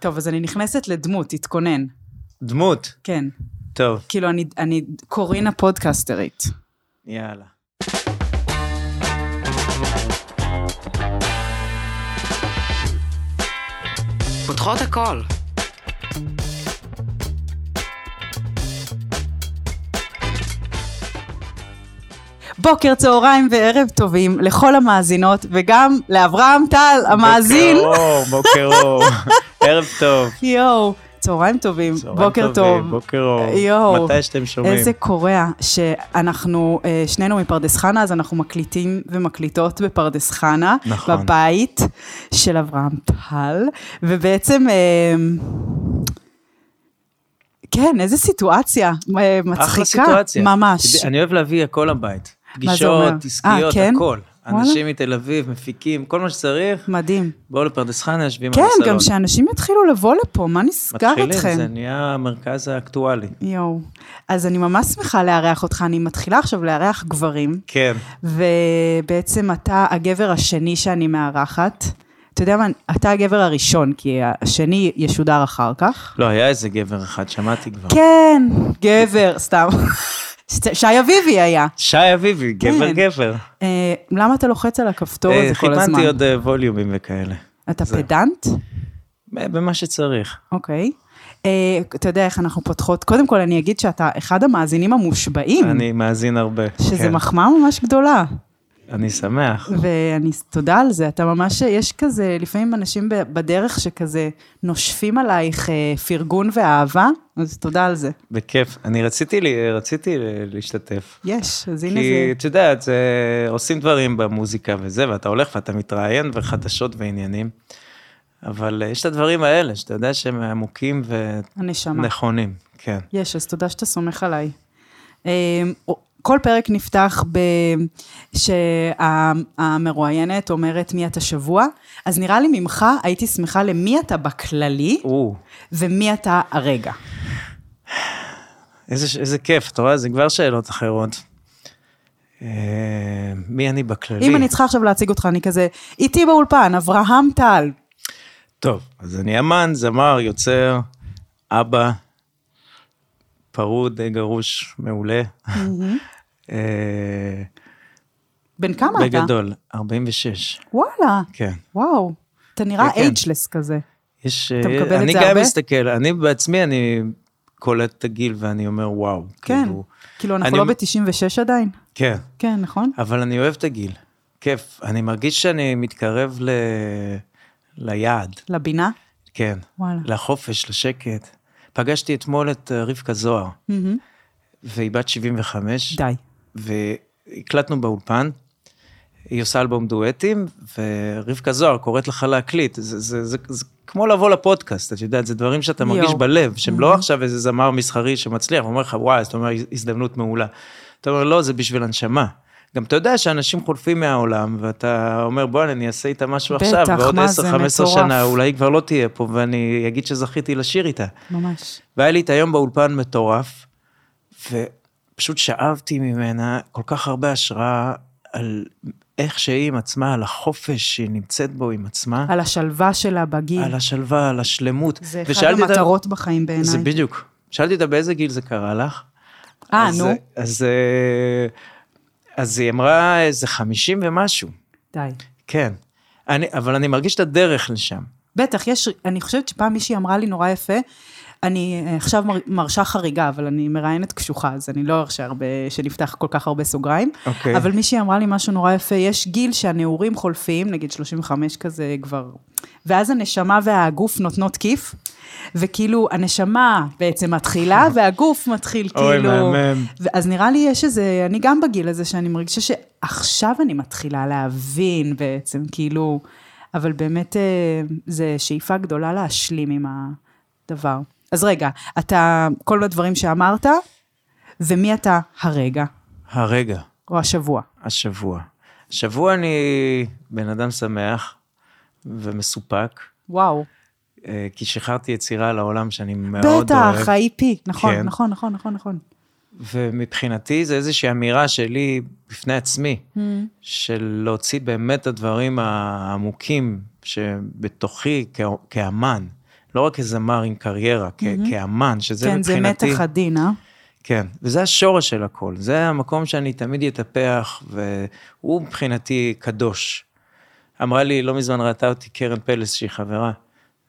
טוב, אז אני נכנסת לדמות, תתכונן. דמות. כן. טוב, כאילו, אני, אני קורינה פודקסטרית. יאללה. פותחות הכל. בוקר, צהריים וערב טובים לכל המאזינות, וגם לאברהם טל, המאזין. בוקר אור, בוקר אור. ערב טוב. יואו, צהריים טובים, צהריים בוקר טובים, טוב. בוקר אור. יואו. מתי שאתם שומעים. איזה קורע שאנחנו, אה, שנינו מפרדס חנה, אז אנחנו מקליטים ומקליטות בפרדס חנה, נכון. בבית של אברהם טל, ובעצם, אה, כן, איזה סיטואציה אה, מצחיקה, אחלה סיטואציה. ממש. אני אוהב להביא הכל הבית. מה זה אומר? פגישות, עסקיות, אה, כן? הכל. וואלה. אנשים מתל אביב, מפיקים, כל מה שצריך. מדהים. בואו לפרדס חנה, יושבים על הסלון. כן, גם שאנשים יתחילו לבוא לפה, מה נסגר מתחילים, אתכם? זה נהיה המרכז האקטואלי. יואו. אז אני ממש שמחה לארח אותך, אני מתחילה עכשיו לארח גברים, כן. ובעצם אתה הגבר השני שאני מארחת. אתה יודע מה, אתה הגבר הראשון, כי השני ישודר אחר כך. לא, היה איזה גבר אחד, שמעתי כבר. כן, גבר, סתם. שי אביבי היה. שי אביבי, גבר כן. גבר. אה, למה אתה לוחץ על הכפתור אה, הזה כל הזמן? חיפנתי עוד אה, ווליומים וכאלה. אתה זה. פדנט? במה שצריך. אוקיי. אה, אתה יודע איך אנחנו פותחות, קודם כל אני אגיד שאתה אחד המאזינים המושבעים, אני מאזין הרבה. שזה כן. מחמאה ממש גדולה, אני שמח. ואני, תודה על זה, אתה ממש, יש כזה, לפעמים אנשים ב- בדרך שכזה נושפים עלייך אה, פרגון ואהבה, אז תודה על זה. בכיף. אני רציתי, לי- רציתי להשתתף. יש, אז הנה כי זה. את יודעת, זה- עושים דברים במוזיקה וזה, ואתה הולך ואתה מתראיין וחדשות ועניינים. אבל אה, יש את הדברים האלה, שאתה יודע שהם עמוקים הנשמה. ונכונים. כן. יש, אז תודה שאתה סומך עליי. אה, כל פרק נפתח ב... שהמרואיינת אומרת מי אתה שבוע, אז נראה לי ממך הייתי שמחה למי אתה בכללי, או, ומי אתה הרגע. איזה, איזה כיף, אתה רואה? זה כבר שאלות אחרות. אה, מי אני בכללי? אם אני צריכה עכשיו להציג אותך, אני כזה, איתי באולפן, אברהם טל. טוב, אז אני אמן, זמר, יוצר, אבא, פרוד, אה, גרוש, מעולה. Mm-hmm. אה, בן כמה אתה? בגדול, 46, וואלה, כן. וואו. אתה נראה כן, כן. ageless כזה. יש, אתה אה, מקבל את אני זה גם הרבה? מסתכל, אני בעצמי, אני קולט את הגיל ואני אומר, וואו. כן. כאילו, כאילו, אנחנו אני- לא ב-96 עדיין? כן, כן, נכון? אבל אני אוהב את הגיל, כיף. אני מרגיש שאני מתקרב ל... ליעד, לבינה? כן. וואלה. לחופש, לשקט. פגשתי אתמול את אה, רבקה זוהר, מהמם. והיא בת 75. די. והקלטנו באולפן. היא עושה אלבום דואטים, ורבקה זוהר קוראת לך להקליט. זה, זה, זה, זה כמו לבוא לפודקאסט, את יודעת, זה דברים שאתה יואו. Mm-hmm. מרגיש בלב, שהם לא עכשיו איזה זמר מסחרי שמצליח, ואומר לך, וואי, זאת אומרת, הזדמנות מעולה. אתה אומר, לא, זה בשביל הנשמה. גם אתה יודע שאנשים חולפים מהעולם, ואתה אומר, בואנה, אני אעשה איתה משהו בטח, עכשיו, ועוד מה, 10-15 זה מטורף. שנה, אולי היא כבר לא תהיה פה, ואני אגיד שזכיתי לשיר איתה. ממש. והיה לי את היום באולפן מטורף, ופשוט שאבתי ממנה כל כך הרבה השראה על איך שהיא עם עצמה, על החופש שהיא נמצאת בו עם עצמה, על השלווה שלה בגיל. על השלווה, על השלמות. זה אחד ושאלתי אותה- המטרות בחיים בעיניי. זה בדיוק. שאלתי אותה באיזה גיל זה קרה לך. אה, אז- נו. אז, אה, אז היא אמרה איזה 50 ומשהו, די. כן. אני, אבל אני מרגיש את הדרך לשם. בטח, יש, אני חושבת שפעם מישהי אמרה לי נורא יפה, אני אה, עכשיו מר, מרשה חריגה, אבל אני מראיינת קשוחה, אז אני לא ארשה הרבה, שנפתח כל כך הרבה סוגריים. אוקיי. אבל מישהי אמרה לי משהו נורא יפה, יש גיל שהנעורים חולפים, נגיד 35 כזה כבר, ואז הנשמה והגוף נותנות כיף, וכאילו הנשמה בעצם מתחילה, והגוף מתחיל כאילו... אוי, מהמם. אז נראה לי יש איזה, אני גם בגיל הזה שאני מרגישה שעכשיו אני מתחילה להבין בעצם, כאילו, אבל באמת אה, זה שאיפה גדולה להשלים עם הדבר. אז רגע, אתה, כל הדברים שאמרת, ומי אתה הרגע, הרגע. או השבוע. השבוע. השבוע אני בן אדם שמח ומסופק, וואו. אה, כי שחררתי יצירה לעולם שאני מאוד אוהב. בטח, ה-EP, נכון, כן. נכון, נכון, נכון, נכון. ומבחינתי זה איזושהי אמירה שלי בפני עצמי, Mm. של להוציא באמת את הדברים העמוקים שבתוכי כ- כאמן. לא רק כזמר עם קריירה, כ- כאמן, שזה Mm-hmm. כן, זה מבחינתי... מתח עדין, אה? כן, וזה השורש של הכל, זה המקום שאני תמיד אטפח, והוא מבחינתי קדוש. אמרה לי, לא מזמן ראתה אותי קרן פלס, שהיא חברה,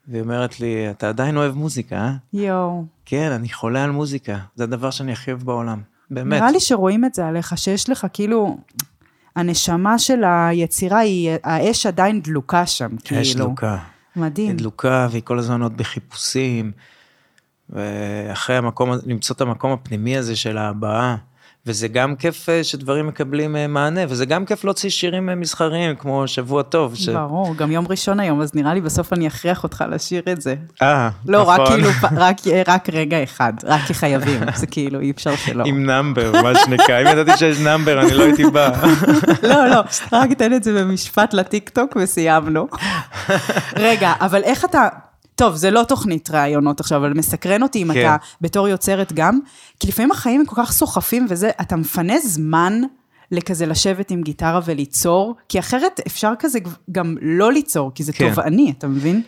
והיא אומרת לי, אתה עדיין אוהב מוזיקה, אה? יואו. כן, אני חולה על מוזיקה, זה הדבר שאני הכי אוהב בעולם, באמת. נראה לי שרואים את זה עליך, שיש לך כאילו... הנשמה של היצירה היא, האש עדיין דלוקה שם, כאילו. יש דלוקה. מדהים. היא דלוקה, והיא כל הזמן עוד בחיפושים, ואחרי המקום, למצוא את המקום הפנימי הזה של ההבעה. וזה גם כיף אה, שדברים מקבלים אה, מענה, וזה גם כיף להוציא שירים אה, מסחריים, כמו שבוע טוב. ש- ברור, גם יום ראשון היום, אז נראה לי בסוף אני אכריח אותך לשיר את זה. אה, לא, רק נכון. כאילו, פ- רק, רק רגע אחד, רק כי חייבים, זה כאילו, אי אפשר שלא. עם נאמבר, מה שנקרא. אם ידעתי שיש נאמבר, אני לא הייתי בא. לא, לא, רק תן את זה במשפט לטיקטוק וסיימנו. רגע, אבל איך אתה... טוב, זה לא תוכנית ראיונות עכשיו, אבל מסקרן אותי אם כן. אתה בתור יוצרת גם, כי לפעמים החיים הם כל כך סוחפים וזה, אתה מפנה זמן לכזה לשבת עם גיטרה וליצור, כי אחרת אפשר כזה גם לא ליצור, כי זה כן. תובעני, אתה מבין?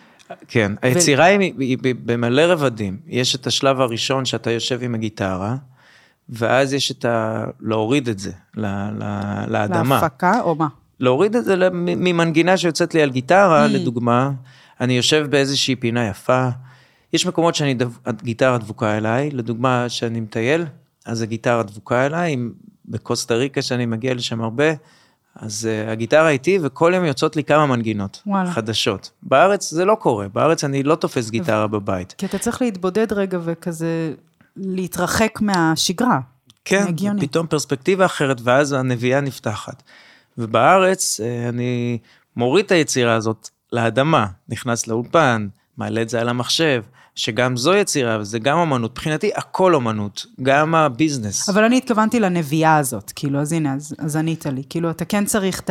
כן, היצירה היא, היא ב- במלא רבדים. יש את השלב הראשון שאתה יושב עם הגיטרה, ואז יש את ה... להוריד את זה ל, ל, לאדמה. להפקה או מה? להוריד את זה למ- ממנגינה שיוצאת לי על גיטרה, לדוגמה, אני יושב באיזושהי פינה יפה, יש מקומות שאני, דב- הגיטרה דבוקה אליי, לדוגמה, שאני מטייל, אז הגיטרה דבוקה אליי, אם בקוסטה ריקה שאני מגיע לשם הרבה, אז uh, הגיטרה איתי, וכל יום יוצאות לי כמה מנגינות וואלה. חדשות. בארץ זה לא קורה, בארץ אני לא תופס גיטרה בבית. כי אתה צריך להתבודד רגע וכזה להתרחק מהשגרה. כן, הגיוני. פתאום פרספקטיבה אחרת, ואז הנביאה נפתחת. ובארץ אה, אני מוריד את היצירה הזאת לאדמה, נכנס לאולפן, מעלה את זה על המחשב, שגם זו יצירה, וזה גם אמנות. מבחינתי הכל אמנות, גם הביזנס. אבל... אבל אני התכוונתי לנביאה הזאת, כאילו, אז הנה, אז, אז ענית לי. כאילו, אתה כן צריך את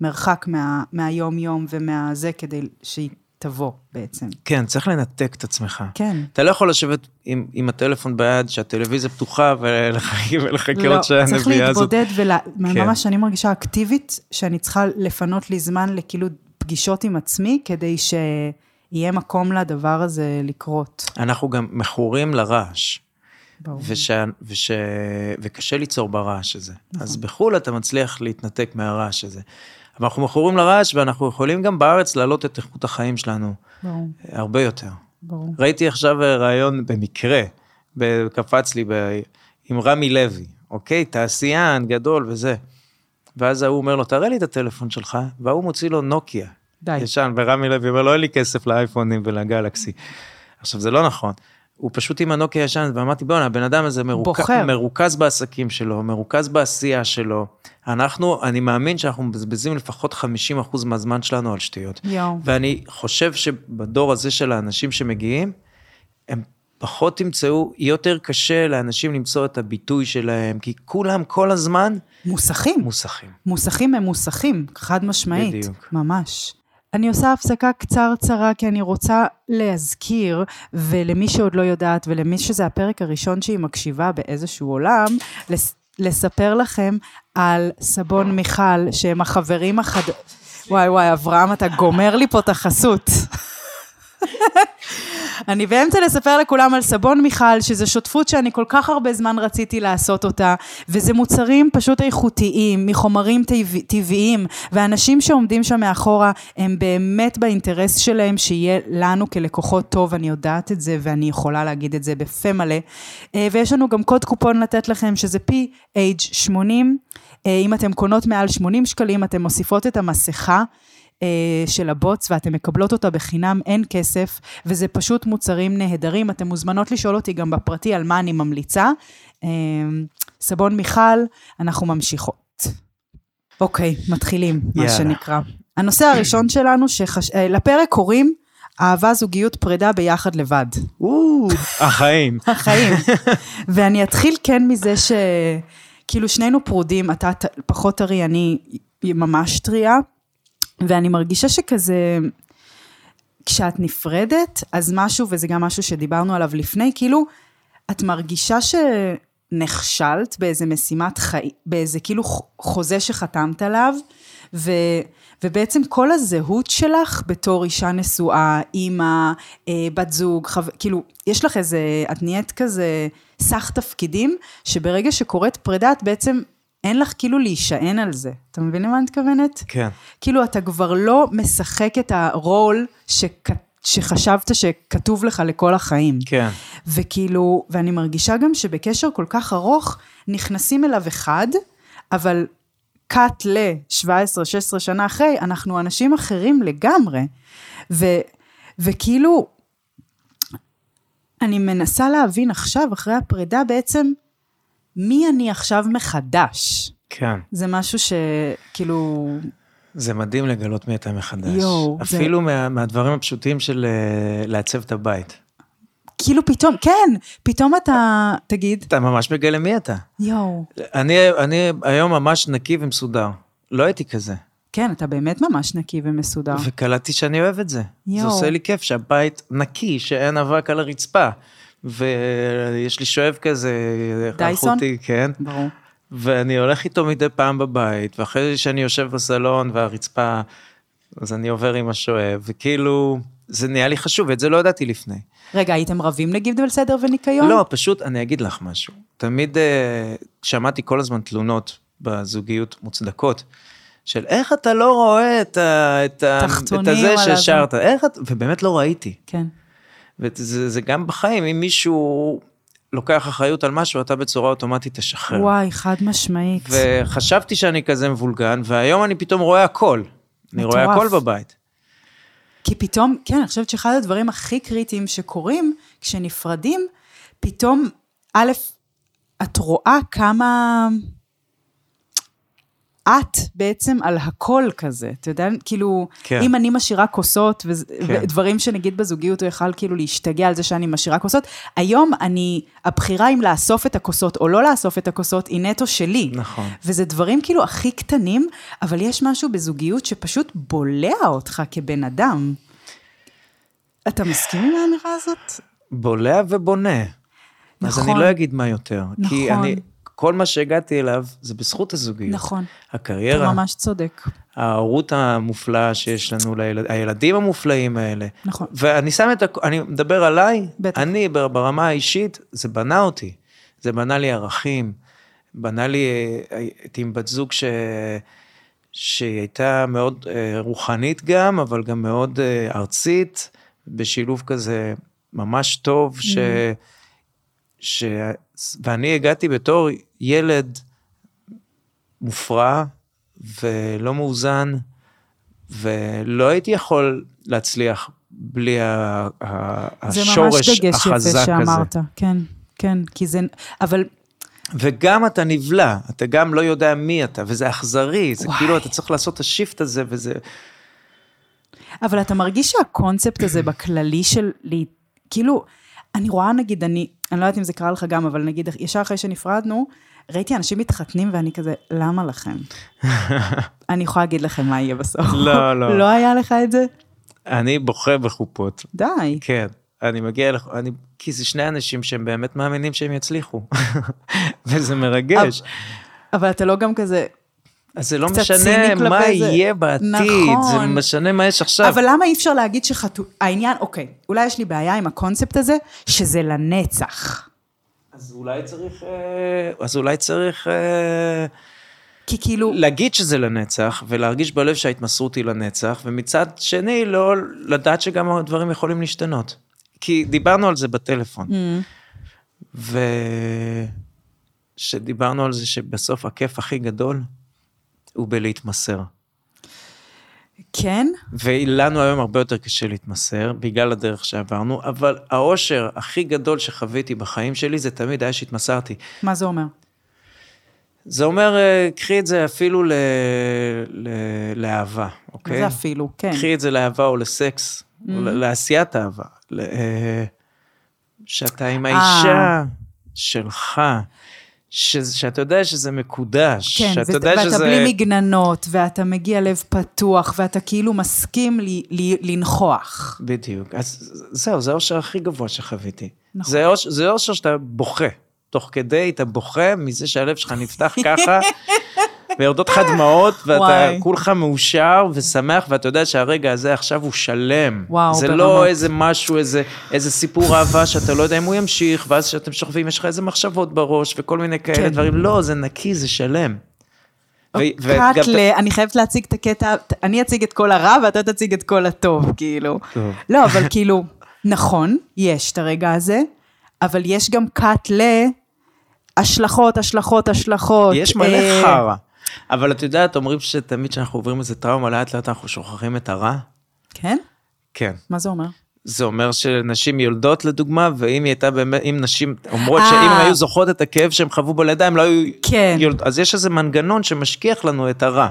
המרחק מה, מהיום-יום ומהזה כדי שהיא תבוא בעצם. כן, צריך לנתק את עצמך. כן. אתה לא יכול לשבת עם, עם הטלפון ביד, שהטלוויזיה פתוחה, ולחכות לא, ולחכות צריך שהנביאה הזאת... להתבודד ולה... כן. ממש אני מרגישה אקטיבית, שאני צריכה לפנות לי זמן לכאילו פגישות עם עצמי, כדי שיהיה מקום לדבר הזה לקרות. אנחנו גם מכורים לרעש. ברור. וש... וש... וקשה ליצור ברעש הזה. אז בחו"ל אתה מצליח להתנתק מהרעש הזה. אבל אנחנו מכורים לרעש, ואנחנו יכולים גם בארץ להעלות את איכות החיים שלנו ברור, אה, הרבה יותר. ברור. ראיתי עכשיו אה, ראיון במקרה, ב- קפץ לי, ב... עם רמי לוי, אוקיי? תעשיין גדול וזה. ואז ההוא אומר לו, תראה לי את הטלפון שלך, וההוא מוציא לו נוקיה. די. ישן, ורמי לוי אומר לו, אין לי כסף לאייפונים ולגלקסי. עכשיו, זה לא נכון. הוא פשוט עם הנוקיה ישן, ואמרתי, בואנה, הבן אדם הזה מרוכ... בוחר." מרוכז בעסקים שלו, מרוכז בעשייה שלו. אנחנו, אני מאמין שאנחנו מבזבזים לפחות 50% מהזמן שלנו על שטויות. יואו. ואני חושב שבדור הזה של האנשים שמגיעים, הם פחות ימצאו, יהיה יותר קשה לאנשים למצוא את הביטוי שלהם, כי כולם כל הזמן מוסכים. מוסכים. מוסכים הם מוסכים, חד משמעית. בדיוק. ממש. אני עושה הפסקה קצרצרה כי אני רוצה להזכיר, ולמי שעוד לא יודעת, ולמי שזה הפרק הראשון שהיא מקשיבה באיזשהו עולם, לס- לספר לכם על סבון מיכל, שהם החברים החד... וואי וואי, אברהם, אתה גומר לי פה את החסות. אני באמצע לספר לכולם על סבון מיכל, שזו שותפות שאני כל כך הרבה זמן רציתי לעשות אותה, וזה מוצרים פשוט איכותיים, מחומרים טבע- טבעיים, והאנשים שעומדים שם מאחורה, הם באמת באינטרס שלהם שיהיה לנו כלקוחות טוב, אני יודעת את זה, ואני יכולה להגיד את זה בפה מלא. אה, ויש לנו גם קוד קופון לתת לכם, שזה PH80. אה, אם אתם קונות מעל 80 שקלים, אתם מוסיפות את המסכה. אה, של הבוץ ואתן מקבלות אותה בחינם, אין כסף, וזה פשוט מוצרים נהדרים. אתן מוזמנות לשאול אותי גם בפרטי על מה אני ממליצה. אה, סבון מיכל, אנחנו ממשיכות. אוקיי, מתחילים, מה יאללה. שנקרא. הנושא הראשון שלנו, שחש... אה, לפרק קוראים אהבה, זוגיות, פרידה ביחד לבד. החיים. החיים. ואני אתחיל כן מזה ש... כאילו שנינו פרודים, אתה ת- פחות טרי, אני ממש טריה, ואני מרגישה שכזה, כשאת נפרדת, אז משהו, וזה גם משהו שדיברנו עליו לפני, כאילו, את מרגישה שנכשלת באיזה משימת חיים, באיזה כאילו ח- חוזה שחתמת עליו, ו, ובעצם כל הזהות שלך בתור אישה נשואה, אימא, אה, בת זוג, חו... כאילו, יש לך איזה, את נהיית כזה סך תפקידים, שברגע שקורית פרידה את בעצם... אין לך כאילו להישען על זה, אתה מבין למה אני מתכוונת? כן. כאילו אתה כבר לא משחק את הרול שכ... שחשבת שכתוב לך לכל החיים. כן. וכאילו, ואני מרגישה גם שבקשר כל כך ארוך, נכנסים אליו אחד, אבל קאט ל-17-16 שנה אחרי, אנחנו אנשים אחרים לגמרי. ו, וכאילו, אני מנסה להבין עכשיו, אחרי הפרידה בעצם, מי אני עכשיו מחדש. כן. זה משהו שכאילו, זה מדהים לגלות מי אתה מחדש. יואו, זה- אפילו מה, מהדברים הפשוטים של אה, לעצב את הבית. כאילו פתאום, כן, פתאום אתה, תגיד, אתה ממש מגלה מי אתה. יואו, אני, אני היום ממש נקי ומסודר. לא הייתי כזה. כן, אתה באמת ממש נקי ומסודר. וקלטתי שאני אוהב את זה. יו. זה יואו. עושה לי כיף שהבית נקי, שאין אבק על הרצפה. ויש לי שואב כזה, דייסון? אלחוטי, כן. ברור. ואני הולך איתו מדי פעם בבית, ואחרי שאני יושב בסלון והרצפה, אז אני עובר עם השואב, וכאילו, זה נהיה לי חשוב, ואת זה לא ידעתי לפני. רגע, הייתם רבים נגיד על סדר וניקיון? לא, פשוט אני אגיד לך משהו. תמיד אה, שמעתי כל הזמן תלונות בזוגיות מוצדקות, של איך אתה לא רואה את, ה, את, ה, את תחתונים הזה על הזה." ששרת, איך אתה, ובאמת לא ראיתי. כן. וזה זה גם בחיים, אם מישהו לוקח אחריות על משהו, אתה בצורה אוטומטית תשחרר. וואי, חד משמעית. וחשבתי שאני כזה מבולגן, והיום אני פתאום רואה הכל. אני רואה מטורף. הכל בבית. כי פתאום, כן, אני חושבת שאחד הדברים הכי קריטיים שקורים כשנפרדים, פתאום, א', את רואה כמה... את בעצם על הכל כזה, אתה יודע, כאילו, כן. כן. אם אני משאירה כוסות, וזה- כן. ודברים שנגיד בזוגיות הוא יכל כאילו להשתגע על זה שאני משאירה כוסות, היום אני, הבחירה אם לאסוף את הכוסות או לא לאסוף את הכוסות היא נטו שלי. נכון. וזה דברים כאילו הכי קטנים, אבל יש משהו בזוגיות שפשוט בולע אותך כבן אדם. אתה מסכים עם האמירה הזאת? בולע ובונה. אז נכון. אני לא אגיד מה יותר. כי נכון. אני, כל מה שהגעתי אליו זה בזכות הזוגיות. נכון. אתה הקריירה, ממש צודק. ההורות המופלאה שיש לנו, לילד, הילדים המופלאים האלה. נכון. ואני שם את הכ... אני מדבר עליי, בטח. אני בר- ברמה האישית, זה בנה אותי. זה בנה לי ערכים, בנה לי... אה, הייתי עם בת זוג ש... שהיא הייתה מאוד אה, רוחנית גם, אבל גם מאוד אה, ארצית, בשילוב כזה ממש טוב, ש... Mm-hmm. ש... ואני הגעתי בתור ילד מופרע ולא מאוזן, ולא הייתי יכול להצליח בלי ה- ה- זה ממש השורש דגש יפה החזק הזה. שאמרת. כן, כן, כי זה... אבל וגם אתה נבלע, אתה גם לא יודע מי אתה, וזה אכזרי, זה וואי. כאילו אתה צריך לעשות את השיפט הזה, וזה... אבל אתה מרגיש שהקונספט הזה בכללי של... לי- כאילו, אני רואה נגיד, אני, אני לא יודעת אם זה קרה לך גם, אבל נגיד, ישר אחרי שנפרדנו, ראיתי אנשים מתחתנים ואני כזה, למה לכם? אני יכולה להגיד לכם מה יהיה בסוף. לא, לא. לא היה לך את זה? אני בוכה בחופות, די. כן. אני מגיע לך, אני, כי זה שני אנשים שהם באמת מאמינים שהם יצליחו, וזה מרגש. אבל אתה לא גם כזה... אז זה לא קצת משנה ציני כלפי מה זה. יהיה בעתיד, זה נכון. משנה מה יש עכשיו. אבל למה אי אפשר להגיד שחתו... העניין, אוקיי, אולי יש לי בעיה עם הקונספט הזה, שזה לנצח. אז אולי צריך, אה, אז אולי צריך אה, כי כאילו... להגיד שזה לנצח, ולהרגיש בלב שההתמסרות היא לנצח, ומצד שני, לא לדעת שגם הדברים יכולים להשתנות. כי דיברנו על זה בטלפון, ושדיברנו על זה שבסוף הכיף הכי גדול הוא בלהתמסר. כן? ולנו היום הרבה יותר קשה להתמסר, בגלל הדרך שעברנו, אבל האושר הכי גדול שחוויתי בחיים שלי, זה תמיד היה שהתמסרתי. מה זה אומר? זה אומר, אה, קחי את זה אפילו ל... ל... לאהבה, מה אוקיי? זה אפילו, כן. Mm-hmm. קחי את זה לאהבה או לסקס, mm. או ל- לעשיית אהבה. ל... אה, שאתה עם אה. האישה שלך, ש... שאתה יודע שזה מקודש. כן, שאתה ואת- יודע ואתה שזה... בלי מגננות, ואתה מגיע לב פתוח, ואתה כאילו מסכים לי- לי- לנכוח. בדיוק. אז זהו, זה האושר הכי גבוה שחוויתי. נכון. זה אוש- זה אושר שאתה בוכה. תוך כדי אתה בוכה מזה שהלב שלך נפתח ככה, ויורדות לך דמעות, ואתה וואי. כולך מאושר ושמח, ואתה יודע שהרגע הזה עכשיו הוא שלם. וואו, זה ברמות. לא איזה משהו, איזה, איזה סיפור אהבה שאתה לא יודע אם הוא ימשיך, ואז כשאתם שוכבים יש לך איזה מחשבות בראש, וכל מיני כאלה כן. דברים. לא, זה נקי, זה שלם. ו- ו- גם- פרט אוקיי, ל... אני חייבת להציג את הקטע, אני אציג את כל הרע ואתה תציג את כל הטוב, כאילו. טוב. לא, אבל כאילו, נכון, יש את הרגע הזה, אבל יש גם כת ל... השלכות, השלכות, השלכות. יש מלא אה, חרא. אבל את יודעת, אומרים שתמיד כשאנחנו עוברים איזה טראומה, לאט לאט אנחנו שוכחים את הרע. כן? כן. מה זה אומר? זה אומר שנשים יולדות לדוגמה, ואם היא הייתה באמת, אם נשים אומרות אה. שאם הן היו זוכרות את הכאב שהן חוו בלידה, הן לא היו כן. יולדות. אז יש איזה מנגנון שמשכיח לנו את הרע.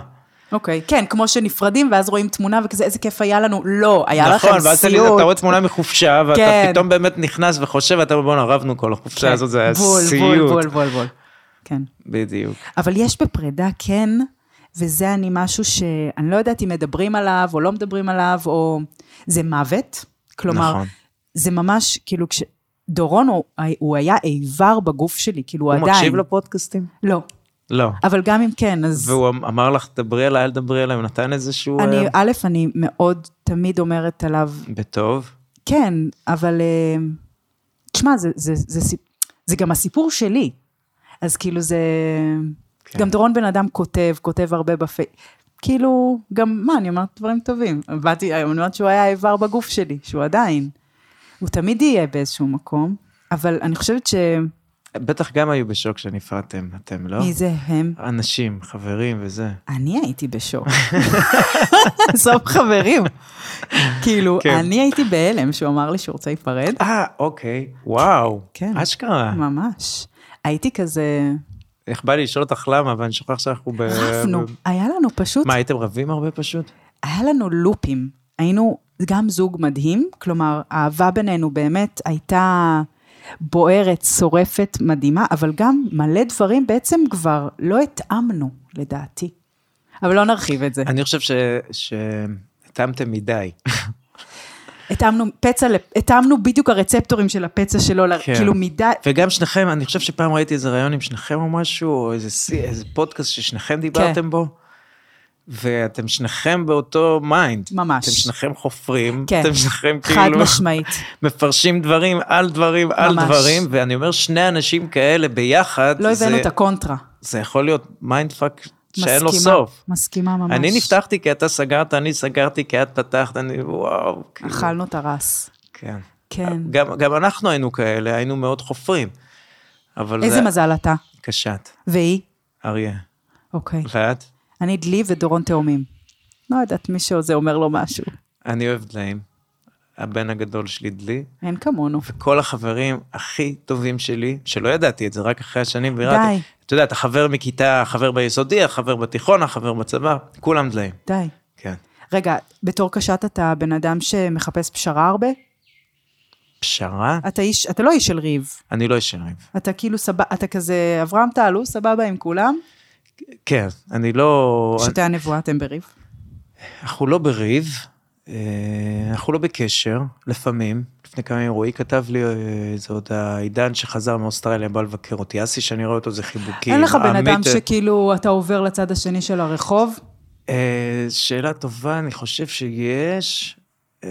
אוקיי, כן, כמו שנפרדים, ואז רואים תמונה וכזה, איזה כיף היה לנו. לא, היה לכם נכון, סיוט. ואז תגיד, אתה רואה תמונה מחופשה, ואתה כן. פתאום באמת נכנס וחושב, ואתה אומר, בואנה, רבנו כל החופשה הזאת, זה היה בול, בול, סיוט. בול, בול, בול. כן. בדיוק. אבל יש בפרידה כן, וזה אני משהו שאני לא יודעת אם מדברים עליו או לא מדברים עליו, או... זה מוות. כלומר, נכון. נכון. זה ממש, כאילו, כש... דורון הוא, הוא היה איבר בגוף שלי, כאילו, הוא הוא עדיין... מקשיב לפודקאסטים? לא. לא. אבל גם אם כן, אז... והוא אמ-, אמר לך, דברי אליי, אל דברי אליי, הוא נתן איזשהו... אני, אה, א', אני מאוד תמיד אומרת עליו, בטוב. כן, אבל... אה, תשמע, זה, זה, זה, זה, זה גם הסיפור שלי. אז כאילו זה... כן. כן. גם דורון בן אדם כותב, כותב הרבה בפי... כאילו, גם מה, אני אומרת דברים טובים. באתי, אני אומרת שהוא היה איבר בגוף שלי, שהוא עדיין. הוא תמיד יהיה באיזשהו מקום, אבל אני חושבת ש... בטח גם היו בשוק כשנפרדתם, אתם, לא? מי זה הם? אנשים, חברים וזה. אני הייתי בשוק. סוף חברים. כאילו, כן. אני הייתי בהלם שהוא אמר לי שהוא רוצה להיפרד. אה, אוקיי, וואו, כן. אשכרה. ממש. הייתי כזה... איך בא לי לשאול אותך למה, ואני שוכח שאנחנו ב... רבנו, ב- היה לנו פשוט, אמ, מה, הייתם רבים הרבה פשוט? היה לנו לופים. היינו גם זוג מדהים, כלומר, האהבה בינינו באמת הייתה בוערת, שורפת, מדהימה, אבל גם מלא דברים בעצם כבר לא התאמנו, לדעתי. אבל לא נרחיב את זה. אני חושב ש... שהתאמתם מדי. התאמנו פצע, לפ- התאמנו בדיוק הרצפטורים של הפצע שלו, ל- כן. כאילו מדי, וגם שניכם, אני חושב שפעם ראיתי איזה ראיון עם שניכם או משהו, או איזה, סי- איזה פודקאסט כן. ששניכם דיברתם בו, ואתם שניכם באותו מיינד. ממש. אתם שניכם חופרים, כן. אתם שניכם חד כאילו... משמעית. מפרשים דברים על דברים על ממש. דברים, ואני אומר, שני אנשים כאלה ביחד, לא זה- הבאנו את הקונטרה. זה יכול להיות מיינד פאק שאין לו מסכימה, סוף. מסכימה ממש. אני נפתחתי כי אתה סגרת, אני סגרתי כי את פתחת, אני וואו. כאילו, אכלנו את הרס. כן. כן. גם, גם אנחנו היינו כאלה, היינו מאוד חופרים. אבל איזה זה... מזל אתה. קשת, והיא? אריה. אוקיי. ואת? אני דלי ודורון תאומים. לא יודעת, מי שזה אומר לו משהו. אני אוהב דליים. הבן הגדול שלי דלי, אין כמונו. וכל החברים הכי טובים שלי, שלא ידעתי את זה, רק אחרי השנים ביררתי. די. את יודעת, החבר מכיתה, החבר ביסודי, החבר בתיכון, החבר בצבא, כולם דליים. די. כן. רגע, בתור קשת אתה בן אדם שמחפש פשרה הרבה? פשרה? אתה איש, אתה לא איש של ריב. אני לא אשן ריב. אתה כאילו סבבה, אתה כזה אברהם תעלו, סבבה עם כולם. כן, אני לא... שתי הנבואה אתם בריב. אנחנו לא בריב, אה, אנחנו לא בקשר, לפעמים. לפני כמה ימים רועי כתב לי אה, איזה עוד העידן שחזר מאוסטרליה, בא לבקר אותי. אסי, שאני רואה אותו, זה חיבוקים. אין לך בן אדם עמית, אה, שכאילו אתה עובר לצד השני של הרחוב? אה, שאלה טובה, אני חושב שיש. אה,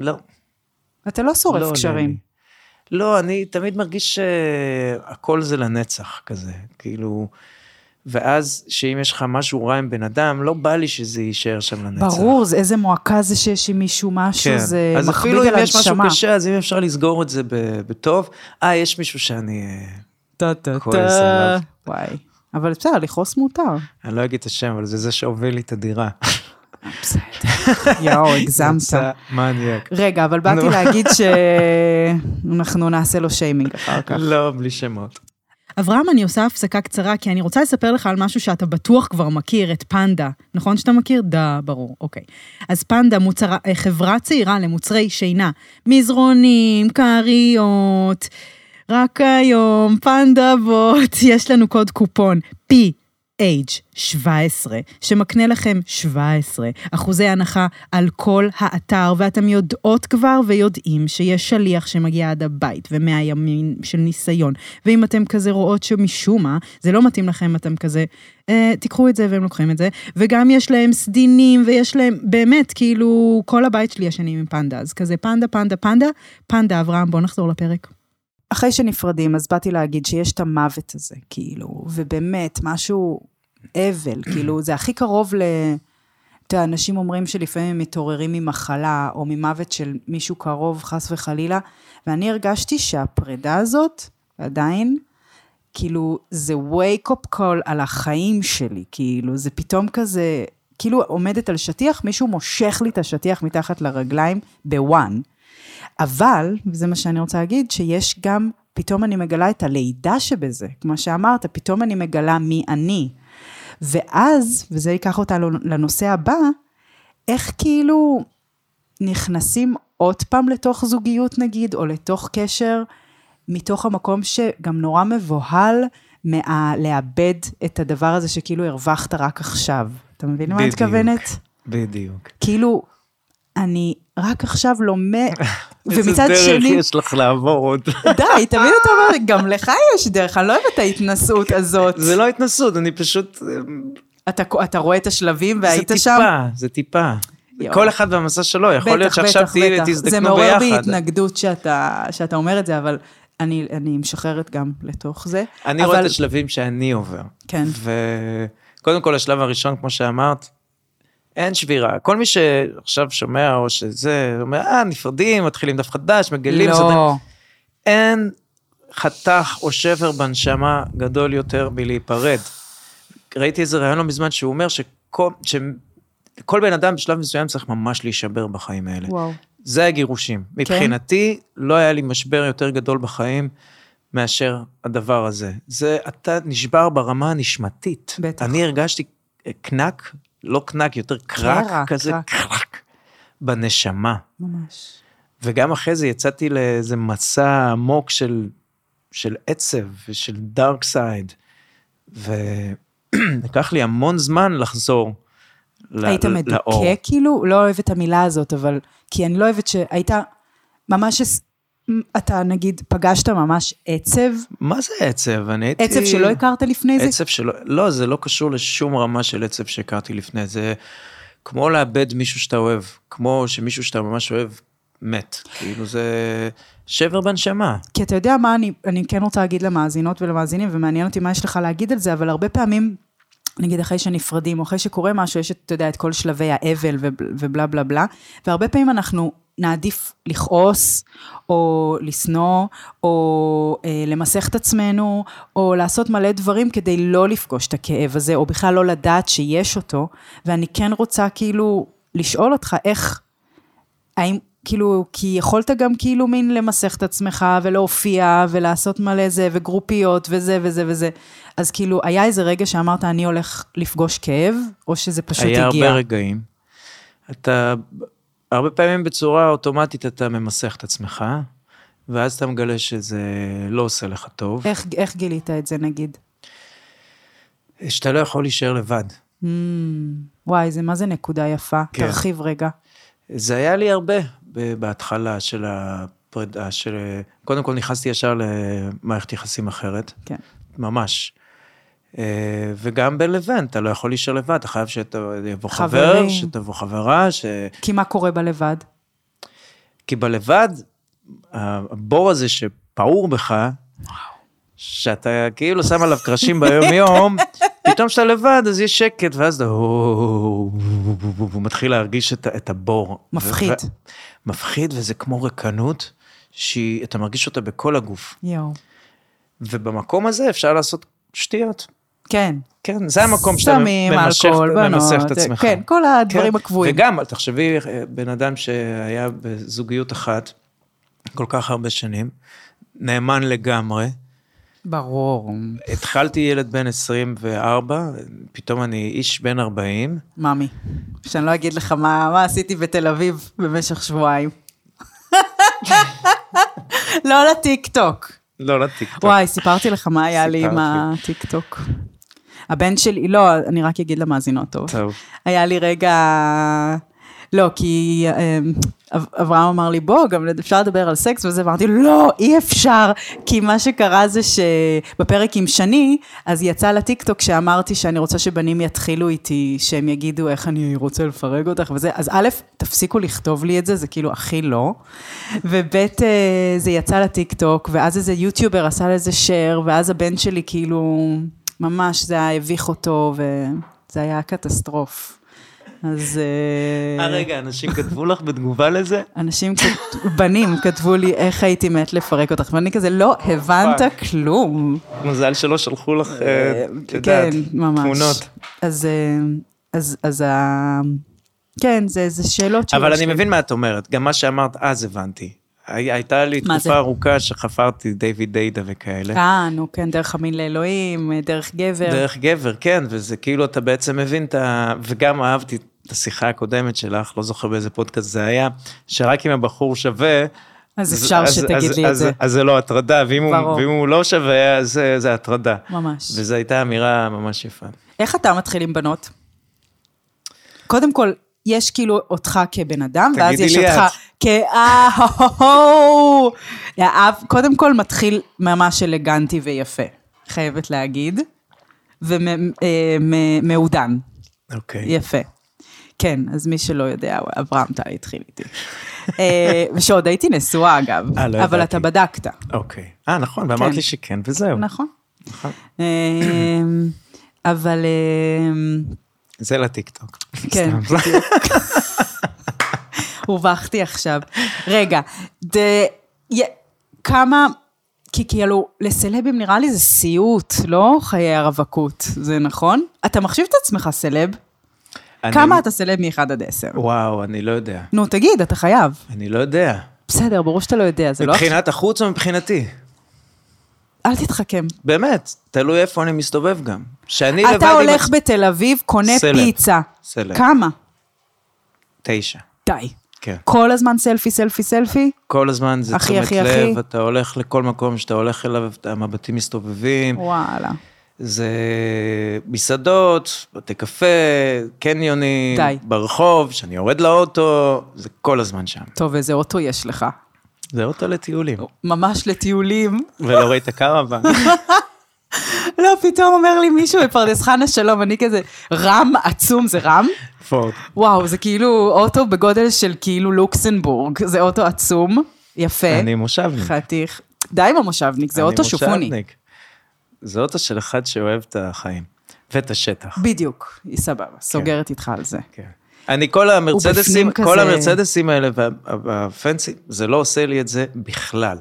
לא. אתה לא לא עולה שורף לי. קשרים. לא, אני תמיד מרגיש שהכל זה לנצח כזה, כאילו... ואז, שאם יש לך משהו רע עם בן אדם, לא בא לי שזה יישאר שם לנצח. כן. ברור, זה איזה מועקה זה שיש עם מישהו משהו, זה אז מכביד אפילו אם על הנשמה. יש משהו קשה, אז אם אפשר לסגור את זה ב- בטוב. אה, יש מישהו שאני... אה, טה טה כועס עליו. וואי. אבל בסדר, לכעוס מותר. אני לא אגיד את השם, אבל זה זה שהוביל לי את הדירה. יואו, זה הגזמת. מניאק. רגע, אבל באתי נו. להגיד שאנחנו נעשה לו שיימינג אחר כך. לא, בלי שמות. אברהם, אני עושה הפסקה קצרה, כי אני רוצה לספר לך על משהו שאתה בטוח כבר מכיר, את פנדה. נכון שאתה מכיר? דה, ברור, אוקיי. אז פנדה, מוצר... אה, חברה צעירה למוצרי שינה, מזרונים, כריות, רק היום, פנדה בוט, יש לנו קוד קופון, P. age 17, שמקנה לכם 17 אחוזי הנחה על כל האתר, ואתם יודעות כבר ויודעים שיש שליח שמגיע עד הבית, ומאה ימים של ניסיון. ואם אתם כזה רואות שמשום מה, זה לא מתאים לכם, אתם כזה, אה, תיקחו את זה והם לוקחים את זה. וגם יש להם סדינים, ויש להם, באמת, כאילו, כל הבית שלי ישנים עם פנדה, אז כזה פנדה, פנדה, פנדה, פנדה, אברהם, בואו נחזור לפרק. אחרי שנפרדים, אז באתי להגיד שיש את המוות הזה, כאילו, ובאמת, משהו, אבל, כאילו, זה הכי קרוב ל... אתה יודע, אנשים אומרים שלפעמים הם מתעוררים ממחלה, או ממוות של מישהו קרוב, חס וחלילה, ואני הרגשתי שהפרידה הזאת, עדיין, כאילו, זה wake up call על החיים שלי, כאילו, זה פתאום כזה, כאילו עומדת על שטיח, מישהו מושך לי את השטיח מתחת לרגליים בוואן. אבל, וזה מה שאני רוצה להגיד, שיש גם, פתאום אני מגלה את הלידה שבזה, כמו שאמרת, פתאום אני מגלה מי אני. ואז, וזה ייקח אותנו לנושא הבא, איך כאילו נכנסים עוד פעם לתוך זוגיות נגיד, או לתוך קשר, מתוך המקום שגם נורא מבוהל מהלאבד את הדבר הזה שכאילו הרווחת רק עכשיו. אתה מבין למה אני בדיוק. מתכוונת? בדיוק. כאילו, אני רק עכשיו לומד, ומצד איזה שני, דרך יש לך לעבור עוד. די, תמיד אתה אומר, גם לך יש דרך, אני לא אוהבת את ההתנשאות הזאת. זה לא התנסות, אני פשוט... אתה, אתה רואה את השלבים והיית זה שם? טיפה, זה טיפה. יואו. כל אחד והמסע שלו, יכול להיות שעכשיו תהיה- זה תזדקנו מעורר בי ביחד. התנגדות שאתה, שאתה אומר את זה, אבל אני, אני משחררת גם לתוך זה. אני אבל, רואה את השלבים שאני עובר. כן. וקודם כל, השלב הראשון, כמו שאמרת, אין שבירה. כל מי שעכשיו שומע או שזה, אומר, אה, נפרדים, מתחילים דף חדש, מגלים, לא, אין חתך או שבר בנשמה גדול יותר מלהיפרד. ראיתי איזה רעיון לא מזמן שהוא אומר שכל, שכל בן אדם בשלב מסוים צריך ממש להישבר בחיים האלה. וואו. כן. זה הגירושים. מבחינתי, לא היה לי משבר יותר גדול בחיים מאשר הדבר הזה. זה, אתה נשבר ברמה הנשמתית. בטח. אני הרגשתי קנק, לא קנק, יותר קרק, קרע, כזה קרק. קרק, בנשמה. ממש. וגם אחרי זה יצאתי לאיזה מסע עמוק של, של עצב ושל דארק סייד, ולקח לי המון זמן לחזור ל- היית מדוכא לאור. כאילו? לא אוהבת את המילה הזאת, אבל... כי אני לא אוהבת שהיית ממש... אס- אתה נגיד פגשת ממש עצב, מה זה עצב? אני הייתי... עצב שלא הכרת לפני זה? עצב שלא... לא, זה לא קשור לשום רמה של עצב שהכרתי לפני. זה כמו לאבד מישהו שאתה אוהב, כמו שמישהו שאתה ממש אוהב מת. כאילו זה שבר בנשמה. כי אתה יודע מה אני, אני כן רוצה להגיד למאזינות ולמאזינים, ומעניין אותי מה יש לך להגיד על זה, אבל הרבה פעמים, נגיד אחרי שנפרדים, או אחרי שקורה משהו, יש, את, אתה יודע, את כל שלבי האבל ובל- ובלה בלה בלה, והרבה פעמים אנחנו נעדיף לכעוס, או לשנוא, או אה, למסך את עצמנו, או לעשות מלא דברים כדי לא לפגוש את הכאב הזה, או בכלל לא לדעת שיש אותו, ואני כן רוצה כאילו לשאול אותך איך... האם, כאילו, כי יכולת גם כאילו מין למסך את עצמך ולהופיע ולעשות מלא זה וגרופיות וזה וזה וזה. אז כאילו, היה איזה רגע שאמרת, אני הולך לפגוש כאב, או שזה פשוט הגיע? היה הרבה רגעים. אתה, הרבה פעמים בצורה אוטומטית אתה ממסך את עצמך, ואז אתה מגלה שזה לא עושה לך טוב, איך, איך גילית את זה נגיד? שאתה לא יכול להישאר לבד. Mm, וואי, זה מה זה נקודה יפה. כן. תרחיב רגע. זה היה לי הרבה ב- בהתחלה של הפרידה, של... קודם כל נכנסתי ישר למערכת יחסים אחרת. כן. ממש. אה, וגם בין לבין, אתה לא יכול להישאר לבד, אתה חייב שתבוא חבר, חברים. שתבוא חברה, ש... כי מה קורה בלבד? כי בלבד, הבור הזה שפעור בך, שאתה כאילו שם עליו קרשים ביום-יום, פתאום כשאתה לבד, אז יש שקט, ואז אתה "הו", מתחיל להרגיש את, ה- את הבור. מפחיד. ו- ו- מפחיד, וזה כמו רקנות, שאתה מרגיש אותה בכל הגוף. יואו. ובמקום הזה אפשר לעשות שטויות. כן. כן, זה המקום שאתה סמים, ממשך- אלכוהול, בנות. ממסך את עצמך. כן, כל הדברים כן. הקבועים. וגם, תחשבי, אה, בן אדם שהיה בזוגיות אחת כל כך הרבה שנים, נאמן לגמרי. ברור. התחלתי ילד בן 24, פתאום אני איש בן 40. ממי, שאני לא אגיד לך מה, מה עשיתי בתל אביב במשך שבועיים. לא לטיקטוק. לא, לא טיקטוק. וואי, סיפרתי לך מה היה לי עם סיפרת לי. הטיקטוק. הבן שלי, לא, אני רק אגיד למאזינות טוב. טוב. היה לי רגע... לא, כי אמ, אב- אברהם אמר לי, בוא, גם אפשר לדבר על סקס וזה, ואמרתי, לו, לא, אי אפשר, כי מה שקרה זה שבפרק עם שני, אז יצא לטיקטוק שאמרתי שאני רוצה שבנים יתחילו איתי, שהם יגידו איך אני רוצה לפרק אותך וזה, אז א', תפסיקו לכתוב לי את זה, זה כאילו הכי לא, וב', אה, זה יצא לטיקטוק, ואז איזה יוטיובר עשה לזה share, ואז הבן שלי כאילו, ממש, זה היה הביך אותו, וזה היה קטסטרוף. אז אה, אה, רגע, אנשים כתבו לך בתגובה לזה? אנשים, כת- בנים, כתבו לי איך הייתי מת לפרק אותך, ואני כזה, לא הבנת כלום. מזל שלא שלחו לך, אה, את יודעת, כן, ממש. תמונות. אז, אה, אז, אז ה... כן, זה, זה שאלות אבל שיש אני לי. מבין מה את אומרת, גם מה שאמרת אז הבנתי. הי- הייתה לי מה זה? תקופה ארוכה שחפרתי דיוויד דיידה וכאלה. אה, נו כן, דרך המין לאלוהים, אה, דרך גבר. דרך גבר, כן, וזה כאילו אתה בעצם מבין את ה... וגם אהבתי את השיחה הקודמת שלך, לא זוכר באיזה פודקאסט זה היה, שרק אם הבחור שווה... אז אפשר שתגיד אז, לי את אז, זה. אז זה לא הטרדה, ואם ברור. הוא, ואם הוא לא שווה, אז זה, זה הטרדה. ממש. וזו הייתה אמירה ממש יפה. איך אתה מתחיל עם בנות? קודם כל, יש כאילו אותך כבן אדם, ואז תגידי יש לי אותך כ... אה, הו-הו-הו. האב קודם כל מתחיל ממש אלגנטי ויפה, חייבת להגיד, ומעודן, אוקיי. יפה. כן, אז מי שלא יודע, אברהם טל התחיל איתי. אה, ושעוד הייתי נשואה אגב, אה, לא אבל ידעתי. אתה בדקת. אוקיי. אה, נכון, ואמרת כן. לי שכן, וזהו. נכון. אמ, אבל אמ, זה לטיקטוק. כן, סתם. בדיוק. הובכתי עכשיו. רגע, ד... י... כמה... כי כאילו, לסלבים נראה לי זה סיוט, לא חיי הרווקות, זה נכון? אתה מחשיב את עצמך סלב? אני- כמה אתה סלב מ-1 עד 10? וואו, אני לא יודע. נו, תגיד, אתה חייב. אני לא יודע. בסדר, ברור שאתה לא יודע, זה לא... מבחינת החוץ או מבחינתי? אל תתחכם. באמת, תלוי איפה אני מסתובב גם. שאני לבד... אתה עם הולך עצ- בתל אביב, קונה סלב. פיצה. סלב. כמה? תשע. די. כן. כל הזמן סלפי, סלפי, סלפי? כל הזמן זה אחי, תשומת אחי, לב, אחי. אתה הולך לכל מקום שאתה הולך אליו, המבטים מסתובבים, וואלה. זה מסעדות, בתי קפה, קניונים, די. ברחוב, שאני יורד לאוטו, זה כל הזמן שם. טוב, איזה אוטו יש לך. זה אוטו לטיולים. ממש לטיולים. ולא ראית קרוון. לא, פתאום אומר לי מישהו בפרדס חנה שלום, אני כזה, רם עצום, זה רם? פורד. וואו, זה כאילו אוטו בגודל של כאילו לוקסנבורג, זה אוטו עצום, יפה. אני מושבניק. חתיך. די עם המושבניק, זה אני אוטו שופוני. מושבניק. זה אוטו של אחד שאוהב את החיים ואת השטח. בדיוק, היא סבבה, סוגרת איתך על זה. כן. אני כל המרצדסים, ובפנים כל כזה- המרצדסים האלה וה- והפנסי, זה לא עושה לי את זה בכלל.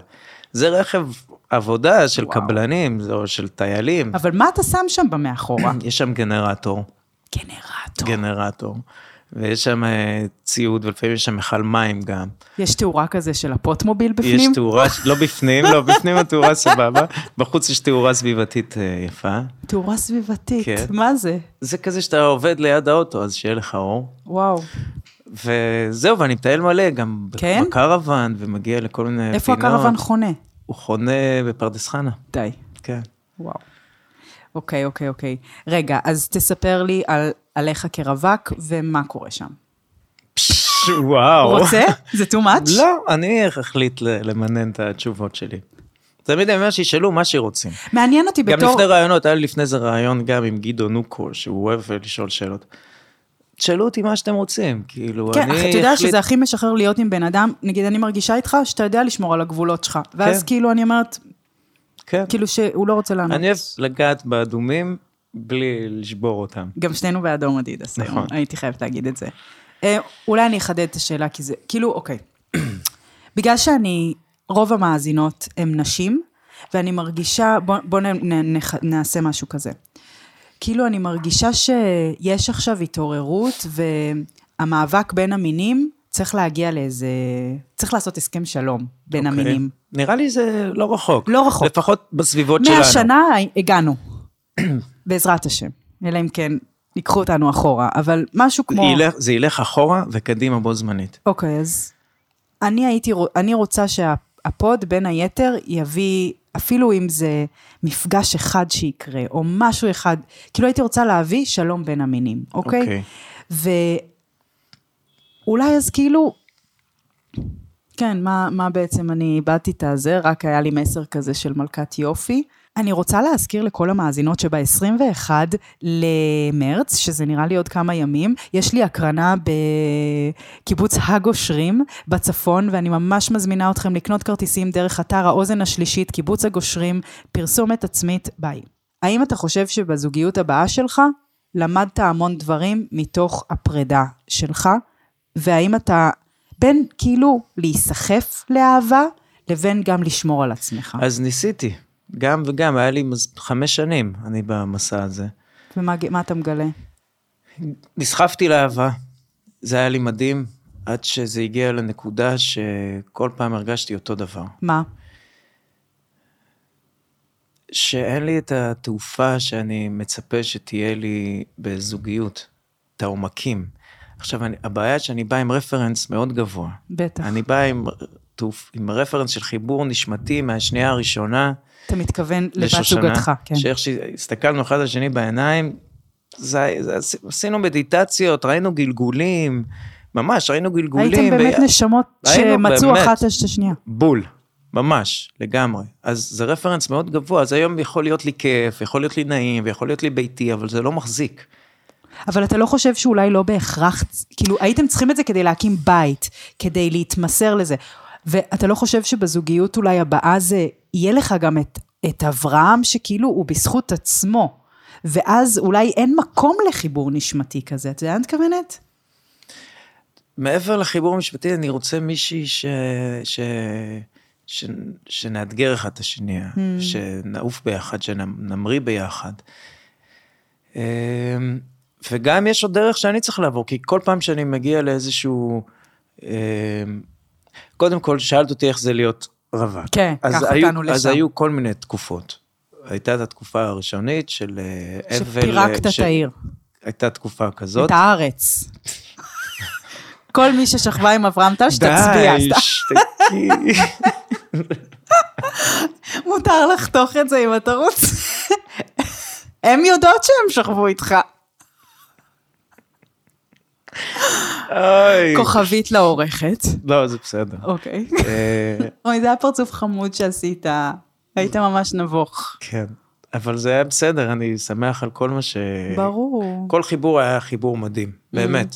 זה רכב עבודה של וואו. קבלנים זה- או של טיילים. אבל מה אתה שם שם במאחורה? יש שם גנרטור, גנרטור. גנרטור, ויש שם אה, ציוד, ולפעמים יש שם מכל מים גם. יש תאורה כזה של הפוטמוביל בפנים? יש תאורה, לא בפנים, לא, בפנים התאורה סבבה, בחוץ יש תאורה סביבתית אה, יפה. תאורה סביבתית, כן. מה זה? זה כזה שאתה עובד ליד האוטו, אז שיהיה לך אור. וואו. וזהו, ואני מטייל מלא, גם כן? בקרוון, ומגיע לכל מיני פינות. איפה הקרוון חונה? הוא חונה בפרדס חנה, די. כן. וואו. אוקיי, אוקיי, אוקיי. רגע, אז תספר לי על, עליך כרווק ומה קורה שם. פש, וואו. רוצה? זה too much? לא, אני אחליט ל- למנן את התשובות שלי. תמיד אני אומר שישאלו מה שרוצים. מעניין אותי גם בתור... לפני ראיונות, היה לי לפני זה ראיון גם עם גדעו נוקו, שהוא אוהב לשאול שאלות. תשאלו אותי מה שאתם רוצים, כאילו, כן, אני אך, אתה יודע שזה הכי משחרר להיות עם בן אדם, נגיד אני מרגישה איתך שאתה יודע לשמור על הגבולות שלך, ואז כן. כאילו אני אומרת, כן. כאילו שהוא לא רוצה לענות. אני אוהב לגעת באדומים בלי לשבור אותם. גם שנינו באדום אדידס היום, נכון. אה, הייתי חייבת להגיד את זה. אה, אולי אני אחדד את השאלה, כי זה, כאילו, אוקיי. בגלל שאני, רוב המאזינות הן נשים, ואני מרגישה, בוא, בוא נ, נ, נח- נעשה משהו כזה. כאילו, אני מרגישה שיש עכשיו התעוררות, והמאבק בין המינים צריך להגיע לאיזה... צריך לעשות הסכם שלום בין okay. אוקיי. המינים. נראה לי זה לא רחוק. לא רחוק. לפחות בסביבות שלנו. מאה שנה הגענו, בעזרת השם. אלא אם כן, ייקחו אותנו אחורה, אבל משהו כמו... ילך, זה ילך אחורה וקדימה בו זמנית. אוקיי, אז אני הייתי, רוצ- אני רוצה שהפוד בין היתר יביא אפילו אם זה מפגש אחד שיקרה, או משהו אחד, כאילו הייתי רוצה להביא שלום בין המינים, אוקיי? אוקיי. ואולי אז כאילו, כן, מה, מה בעצם אני איבדתי את הזה, רק היה לי מסר כזה של מלכת יופי. אני רוצה להזכיר לכל המאזינות שב-21 למרץ, שזה נראה לי עוד כמה ימים, יש לי הקרנה בקיבוץ הגושרים בצפון, ואני ממש מזמינה אתכם לקנות כרטיסים דרך אתר האוזן השלישית, קיבוץ הגושרים, פרסומת עצמית, ביי. האם אתה חושב שבזוגיות הבאה שלך למדת המון דברים מתוך הפרידה שלך? והאם אתה בין כאילו להיסחף לאהבה, לבין גם לשמור על עצמך? אז ניסיתי, גם וגם, היה לי מז- חמש שנים אני במסע הזה. ומה מה אתה מגלה? נסחפתי לאהבה, זה היה לי מדהים, עד שזה הגיע לנקודה שכל פעם הרגשתי אותו דבר. מה? שאין לי את התעופה שאני מצפה שתהיה לי בזוגיות, את העומקים. עכשיו, אני, הבעיה שאני בא עם רפרנס מאוד גבוה. בטח. אני בא עם, תעופ- עם רפרנס של חיבור נשמתי מהשנייה הראשונה. אתה מתכוון לבת לשושנה, זוגתך, כן. שאיך שהסתכלנו אחד על השני בעיניים, זה, זה, עשינו מדיטציות, ראינו גלגולים, ממש, ראינו גלגולים. הייתם באמת ו- נשמות היינו, שמצאו באמת. אחת את השנייה. בול, ממש, לגמרי. אז זה רפרנס מאוד גבוה, אז היום יכול להיות לי כיף, יכול להיות לי נעים, ויכול להיות לי ביתי, אבל זה לא מחזיק. אבל אתה לא חושב שאולי לא בהכרח, כאילו הייתם צריכים את זה כדי להקים בית, כדי להתמסר לזה. ואתה לא חושב שבזוגיות אולי הבאה זה, יהיה לך גם את, את אברהם שכאילו הוא בזכות עצמו, ואז אולי אין מקום לחיבור נשמתי כזה, אתה יודע מה אני מתכוונת? מעבר לחיבור המשפטי, אני רוצה מישהי ש... ש... ש... שנאתגר אחד את השנייה, Hmm. mm. שנעוף ביחד, שנמריא ביחד. אמ, וגם יש עוד דרך שאני צריך לעבור, כי כל פעם שאני מגיע לאיזשהו... אמ, קודם כל, שאלת אותי איך זה להיות רווק. כן, אז קח היו, אותנו אז לשם. היו כל מיני תקופות. הייתה את התקופה הראשונית של אה, אבל... שפירקת ש- את העיר, הייתה תקופה כזאת. את הארץ. כל מי ששכבה עם אברהם טל, שתצביע. די, סתם. שתקי. מותר לחתוך את זה אם אתה רוצה. הן יודעות שהן שכבו איתך. אוי. כוכבית לעורכת. לא, זה בסדר. אוקיי. אה, אוי, זה היה פרצוף חמוד שעשית. היית ממש נבוך. כן. אבל זה היה בסדר, אני שמח על כל מה ש... אה. ברור. Mm-hmm. כל חיבור היה חיבור מדהים, באמת.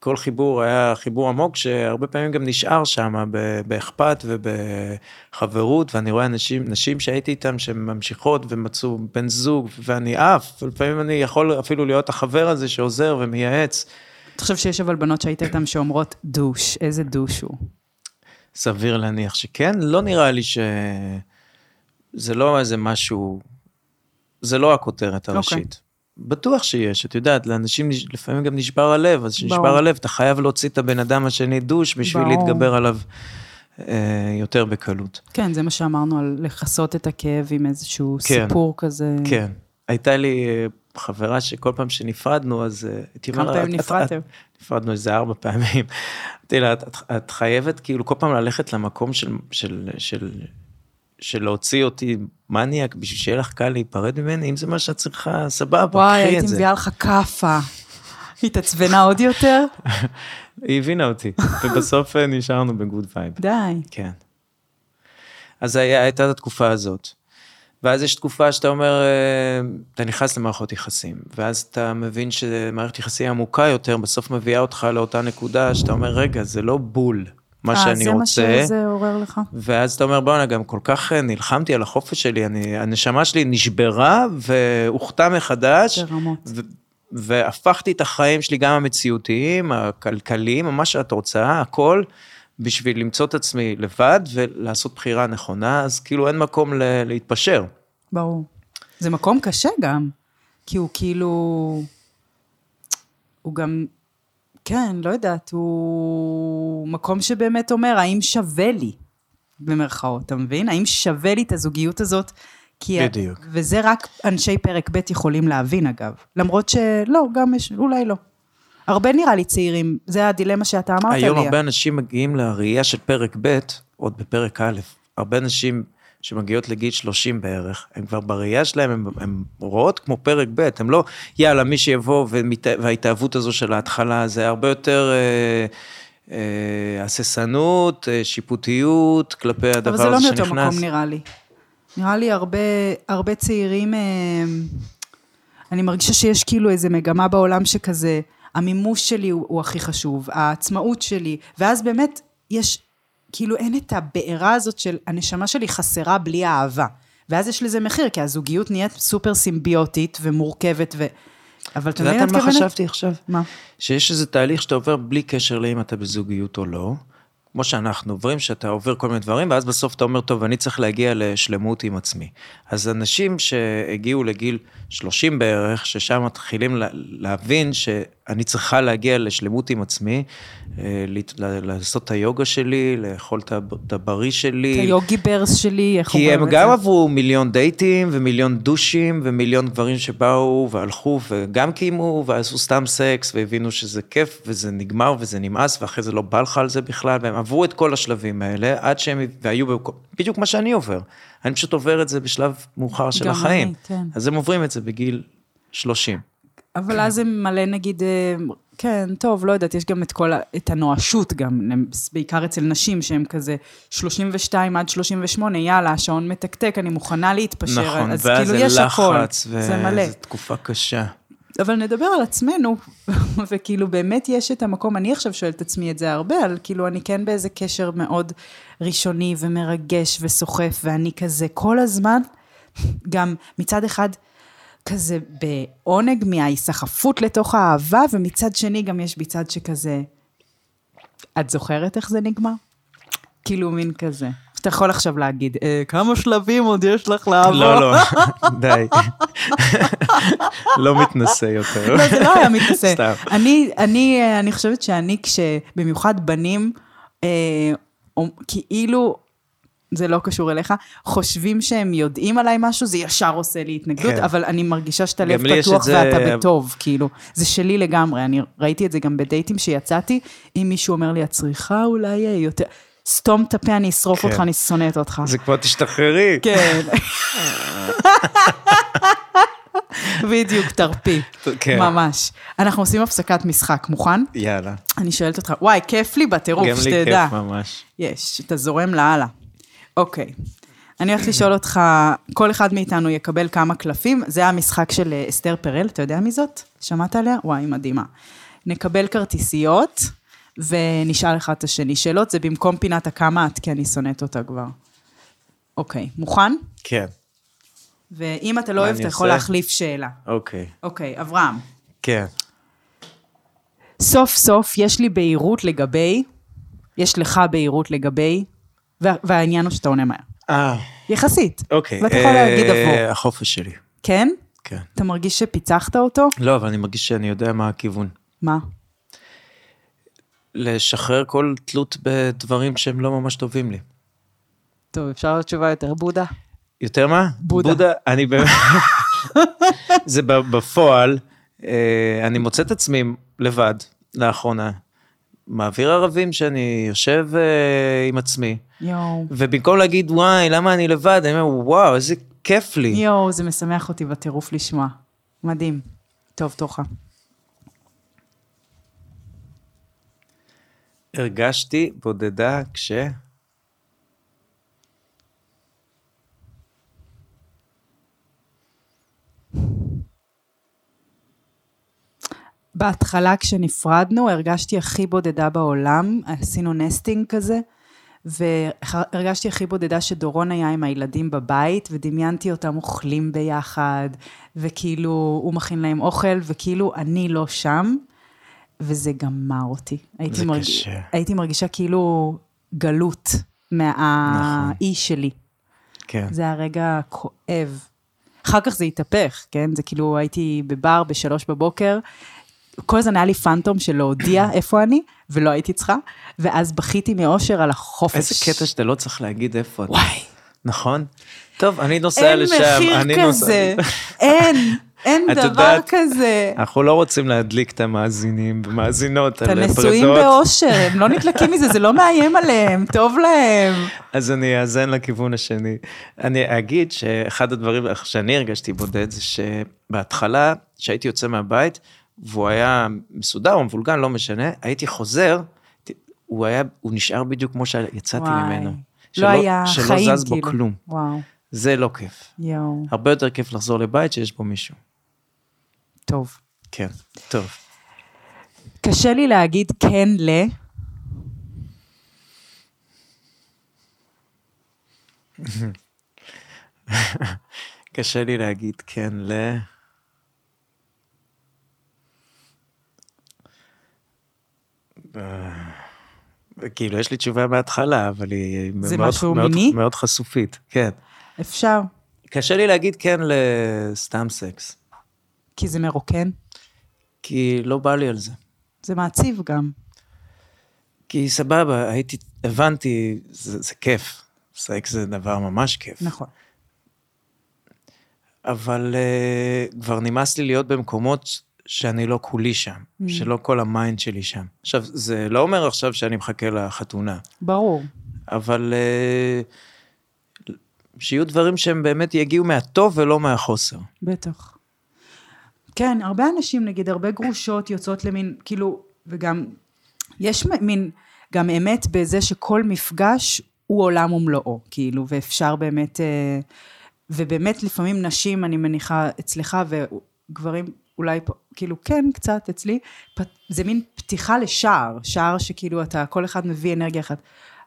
כל חיבור היה חיבור עמוק, שהרבה פעמים גם נשאר שם ב- באכפת ובחברות, ואני רואה אנשים, נשים שהייתי איתן שממשיכות ומצאו בן זוג, ואני עף, ולפעמים אני יכול אפילו להיות החבר הזה שעוזר ומייעץ. אתה חושב שיש אבל בנות שהיית איתן שאומרות דוש, איזה דוש הוא. סביר להניח שכן, לא נראה לי ש... זה לא איזה משהו, זה לא הכותרת אוקיי. הראשית. בטוח שיש, את יודעת, לאנשים נש- לפעמים גם נשבר הלב, אז ברור. כשנשבר הלב, אתה חייב להוציא את הבן אדם השני דוש בשביל ברור. להתגבר עליו אה, יותר בקלות. כן, זה מה שאמרנו על לכסות את הכאב עם איזשהו כן. סיפור כזה. כן. הייתה לי אה, חברה שכל פעם שנפרדנו, אז אה, הייתי כמה אומר... פעמים "את- את- נפרדתם?" את- נפרדנו איזה ארבע פעמים. אמרתי לה, "את- את- את חייבת כאילו כל פעם ללכת למקום של- של- של של להוציא אותי מניאק בשביל שיהיה לך קל להיפרד ממני, אם זה מה שאת צריכה, סבבה, וואי, קחי הייתי את זה. מביאה לך כאפה. התעצבנה עוד יותר? היא הבינה אותי, ובסוף אה, נשארנו בגוד וייב. די. כן. אז היה, הייתה את התקופה הזאת. ואז יש תקופה שאתה אומר, אה, אתה נכנס למערכות יחסים, ואז אתה מבין שמערכת יחסים עמוקה יותר, בסוף מביאה אותך לאותה נקודה שאתה אומר, רגע, זה לא בול מה אה, שאני רוצה. זה מה שזה עורר לך? ואז אתה אומר, בואנה, גם כל כך אה, נלחמתי על החופש שלי, אני, הנשמה שלי נשברה והוכתה מחדש. ברמות. ו- והפכתי את החיים שלי, גם המציאותיים, הכלכליים, מה שאת רוצה, הכל, בשביל למצוא את עצמי לבד ולעשות בחירה נכונה, אז כאילו אין מקום ל- להתפשר. ברור. זה מקום קשה גם, כי הוא כאילו... הוא גם... כן, לא יודעת, הוא מקום שבאמת אומר, האם שווה לי, במרכאות, אתה מבין? האם שווה לי את הזוגיות הזאת? כי... בדיוק. וזה רק אנשי פרק ב' יכולים להבין, אגב. למרות שלא, גם יש, אולי לא. הרבה נראה לי צעירים, זה הדילמה שאתה אמרת לי. היום הרבה אנשים מגיעים לראייה של פרק ב', עוד בפרק א', הרבה אנשים שמגיעות לגיל 30 בערך, הן כבר בראייה שלהן, הן- הן רואות כמו פרק ב', הן לא, יאללה, מי שיבוא, ומת... וההתאהבות הזו של ההתחלה, זה הרבה יותר אה, אה, הססנות, אה, שיפוטיות, כלפי הדבר הזה אבל שנכנס. זה לא מאותו מקום נראה לי. נראה לי הרבה, הרבה צעירים, אה, אני מרגישה שיש כאילו איזה מגמה בעולם שכזה, המימוש שלי הוא, הוא הכי חשוב, העצמאות שלי, ואז באמת יש, כאילו אין את הבעירה הזאת של הנשמה שלי חסרה בלי האהבה. ואז יש לזה מחיר, כי הזוגיות נהיית סופר סימביוטית ומורכבת ו... אבל אתה את מבין יודעת מה את על מה מתכוונת? חשבתי עכשיו? מה? שיש איזה תהליך שאתה עובר בלי קשר לאם אתה בזוגיות או לא. כמו שאנחנו עוברים, שאתה עובר כל מיני דברים, ואז בסוף אתה אומר, טוב, אני צריך להגיע לשלמות עם עצמי. אז אנשים שהגיעו לגיל 30 בערך, ששם מתחילים לה, להבין שאני צריכה להגיע לשלמות עם עצמי, אה, לת- ל- לעשות את היוגה שלי, לאכול את הב- את הבריא שלי. את היוגי ברס שלי, איך כי אומרים הם את גם זה? עברו מיליון דייטים ומיליון דושים ומיליון גברים שבאו והלכו וגם קיימו ועשו סתם סקס והבינו שזה כיף וזה נגמר וזה נמאס ואחרי זה לא בא לך על זה בכלל והם עברו את כל השלבים האלה עד שהם והיו במקום, בדיוק מה שאני עובר. אני פשוט עובר את זה בשלב מאוחר של גם החיים. אני, כן. אז הם עוברים את זה בגיל 30. כן. אבל אז הם מלא נגיד, אה, כן, טוב, לא יודעת, יש גם את כל, ה- את הנואשות גם, הם- בעיקר אצל נשים שהם כזה 32 עד 38, יאללה, השעון מתקתק, אני מוכנה להתפשר, נכון, אז ואז כאילו יש זה הכל, לחץ זה מלא. וזו תקופה קשה. אבל נדבר על עצמנו, וכאילו באמת יש את המקום, אני עכשיו שואלת את עצמי את זה הרבה, על כאילו אני כן באיזה קשר מאוד ראשוני ומרגש וסוחף, ואני כזה כל הזמן, גם מצד אחד כזה בעונג מההיסחפות לתוך האהבה, ומצד שני גם יש בי צד שכזה, את זוכרת איך זה נגמר? כאילו מין כזה. אתה יכול עכשיו להגיד, "אה, כמה שלבים עוד יש לך לעבור? לא, לא, די. לא מתנשא יותר. לא, זה לא היה מתנשא. סתם. אני, אני, אה, אני חושבת שאני, כשבמיוחד בנים, אה, אומ- כאילו, זה לא קשור אליך, חושבים שהם יודעים עליי משהו, זה ישר עושה לי התנגדות, כן. כן. אבל אני מרגישה שאתה לב גם לי יש את פתוח זה- ואתה בטוב, כאילו. זה שלי לגמרי, אני ראיתי את זה גם בדייטים שיצאתי, אם מישהו אומר לי, את צריכה אולי אה, יותר... סתום את הפה, אני אשרוף כן. אותך, אני שונאת אותך. זה כבר תשתחררי. כן. בדיוק, תרפי. כן. ממש. אנחנו עושים הפסקת משחק, מוכן? יאללה. אני שואלת אותך, וואי, כיף לי בטירוף, גם לי שתדע. כיף ממש. יש, אתה זורם לאללה. אוקיי. אני הולכת לשאול אותך, כל אחד מאיתנו יקבל כמה קלפים, זה המשחק של אה, אסתר פרל, אתה יודע מי זאת? שמעת עליה? וואי, מדהימה. נקבל כרטיסיות, ונשאל אחד את השני שאלות, זה במקום פינת הכמה את, כי אני שונאת אותה כבר. אוקיי, מוכן? כן. ואם אתה לא מה אוהב, אני אתה יכול עושה? להחליף שאלה. אוקיי. אוקיי, אברהם. כן. סוף סוף יש לי בהירות לגבי, יש לך בהירות לגבי, וה- והעניין הוא שאתה עונה מהר. אה, יחסית. אוקיי. ואתה יכול אה, להגיד עבור. החופש שלי. כן? כן. אתה מרגיש שפיצחת אותו? לא, אבל אני מרגיש שאני יודע מה הכיוון. מה? לשחרר כל תלות בדברים שהם לא ממש טובים לי. טוב, אפשר עוד תשובה יותר בודה. יותר מה? בודה. בודה, אני באמת... זה ב- בפועל, אה, אני מוצא את עצמי לבד, לאחרונה. מעביר ערבים שאני יושב אה, עם עצמי, יואו. ובמקום להגיד, וואי, למה אני לבד, אני אומר, וואו, איזה כיף לי. יואו, זה משמח אותי בטירוף לשמוע. מדהים. טוב, תורך. הרגשתי בודדה כש... בהתחלה כשנפרדנו, הרגשתי הכי בודדה בעולם, עשינו נסטינג כזה, והרגשתי הכי בודדה שדורון היה עם הילדים בבית, ודמיינתי אותם אוכלים ביחד, וכאילו הוא מכין להם אוכל, וכאילו אני לא שם, וזה גמר אותי. הייתי, זה קשה. הייתי מרגישה כאילו גלות נכון. מהאי שלי. כן. זה הרגע כואב. אחר כך זה התהפך, כן? זה כאילו הייתי בבר בשלוש בבוקר, כל הזמן היה לי פנטום של להודיע איפה אני, ולא הייתי צריכה, ואז בכיתי מאושר על החופש. איזה קטע שאתה לא צריך להגיד איפה אתה. וואי. נכון? טוב, אני נוסע אין לשם. מחיר אני נוסע- כזה, אין. אין את דבר יודעת, כזה. אנחנו לא רוצים להדליק את המאזינים את ומאזינות על הנשואים פרדות, באושר, הם לא נדלקים מזה, זה לא מאיים עליהם, טוב להם. אז אני אאזן לכיוון השני. אני אגיד שאחד הדברים שאני הרגשתי בודד זה שבהתחלה, כשהייתי יוצא מהבית, והוא היה מסודר או מבולגן, לא משנה, הייתי חוזר, הוא היה, הוא נשאר בדיוק כמו שיצאתי וואי. ממנו. לא היה שלא חיים, שלא זז בו כאילו. כלום. וואו, זה לא כיף. יואו, הרבה יותר כיף לחזור לבית שיש בו מישהו. טוב. כן, טוב. קשה לי להגיד כן ל... קשה לי להגיד כן ל... אה, כאילו, יש לי תשובה מההתחלה, אבל היא זה מאוד, משהו מאוד, מיני? מאוד חשופית, כן. אפשר, קשה לי להגיד כן לסתם סקס, כי זה מרוקן, כי לא בא לי על זה. זה מעציב גם. כי סבבה, הייתי, הבנתי, זה, זה כיף. סקס זה דבר ממש כיף. נכון. אבל uh, כבר נמאס לי להיות במקומות שאני לא כולי שם, mm. שלא כל המיינד שלי שם. עכשיו, זה לא אומר עכשיו שאני מחכה לחתונה, ברור. אבל uh, שיהיו דברים שהם באמת יגיעו מהטוב ולא מהחוסר. בטח. כן, הרבה אנשים, נגיד, הרבה גרושות יוצאות למין, כאילו, וגם, יש מ- מין, גם אמת בזה שכל מפגש הוא עולם ומלואו, כאילו, ואפשר באמת, אה, ובאמת לפעמים נשים, אני מניחה, אצלך, וגברים אולי, פה, כאילו, כן, קצת אצלי, פ- זה מין פתיחה לשער, שער שכאילו אתה, כל אחד מביא אנרגיה אחת,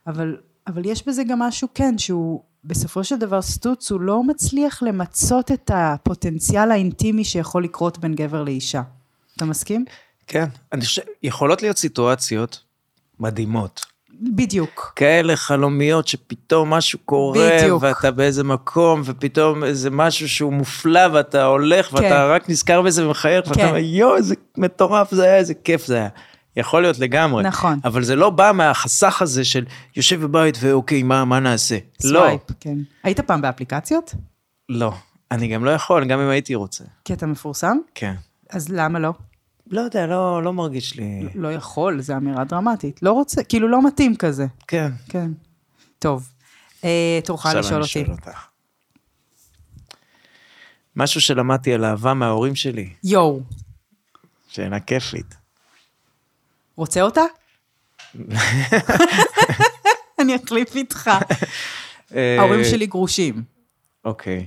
אבל, אבל יש בזה גם משהו, כן, שהוא... בסופו של דבר סטוץ הוא לא מצליח למצות את הפוטנציאל האינטימי שיכול לקרות בין גבר לאישה. אתה מסכים? כן, אני חושב, יכולות להיות סיטואציות מדהימות. בדיוק. כאלה חלומיות שפתאום משהו קורה, בדיוק. ואתה באיזה מקום, ופתאום איזה משהו שהוא מופלא, ואתה הולך, כן. כן. ואתה רק נזכר בזה ומחייך, כן. כן. ואתה אומר, יואו, איזה מטורף זה היה, איזה כיף זה היה. יכול להיות לגמרי. נכון. אבל זה לא בא מהחסך הזה של יושב בבית ואוקיי, מה, מה נעשה? סווייפ, כן. היית פעם באפליקציות? לא, לא. אני גם לא יכול, גם אם הייתי רוצה. כי אתה מפורסם? כן. אז למה לא? לא יודע, לא, לא מרגיש לי... לא יכול, זו אמירה דרמטית. לא רוצה, כאילו לא מתאים כזה. כן. כן. טוב. אה, תורך עכשיו לשאול אני אותי. שואל אותך. משהו שלמדתי על אהבה מההורים שלי, יואו, שאלה כיפית. רוצה אותה? אני אחליף איתך. אה, ההורים שלי גרושים. אוקיי,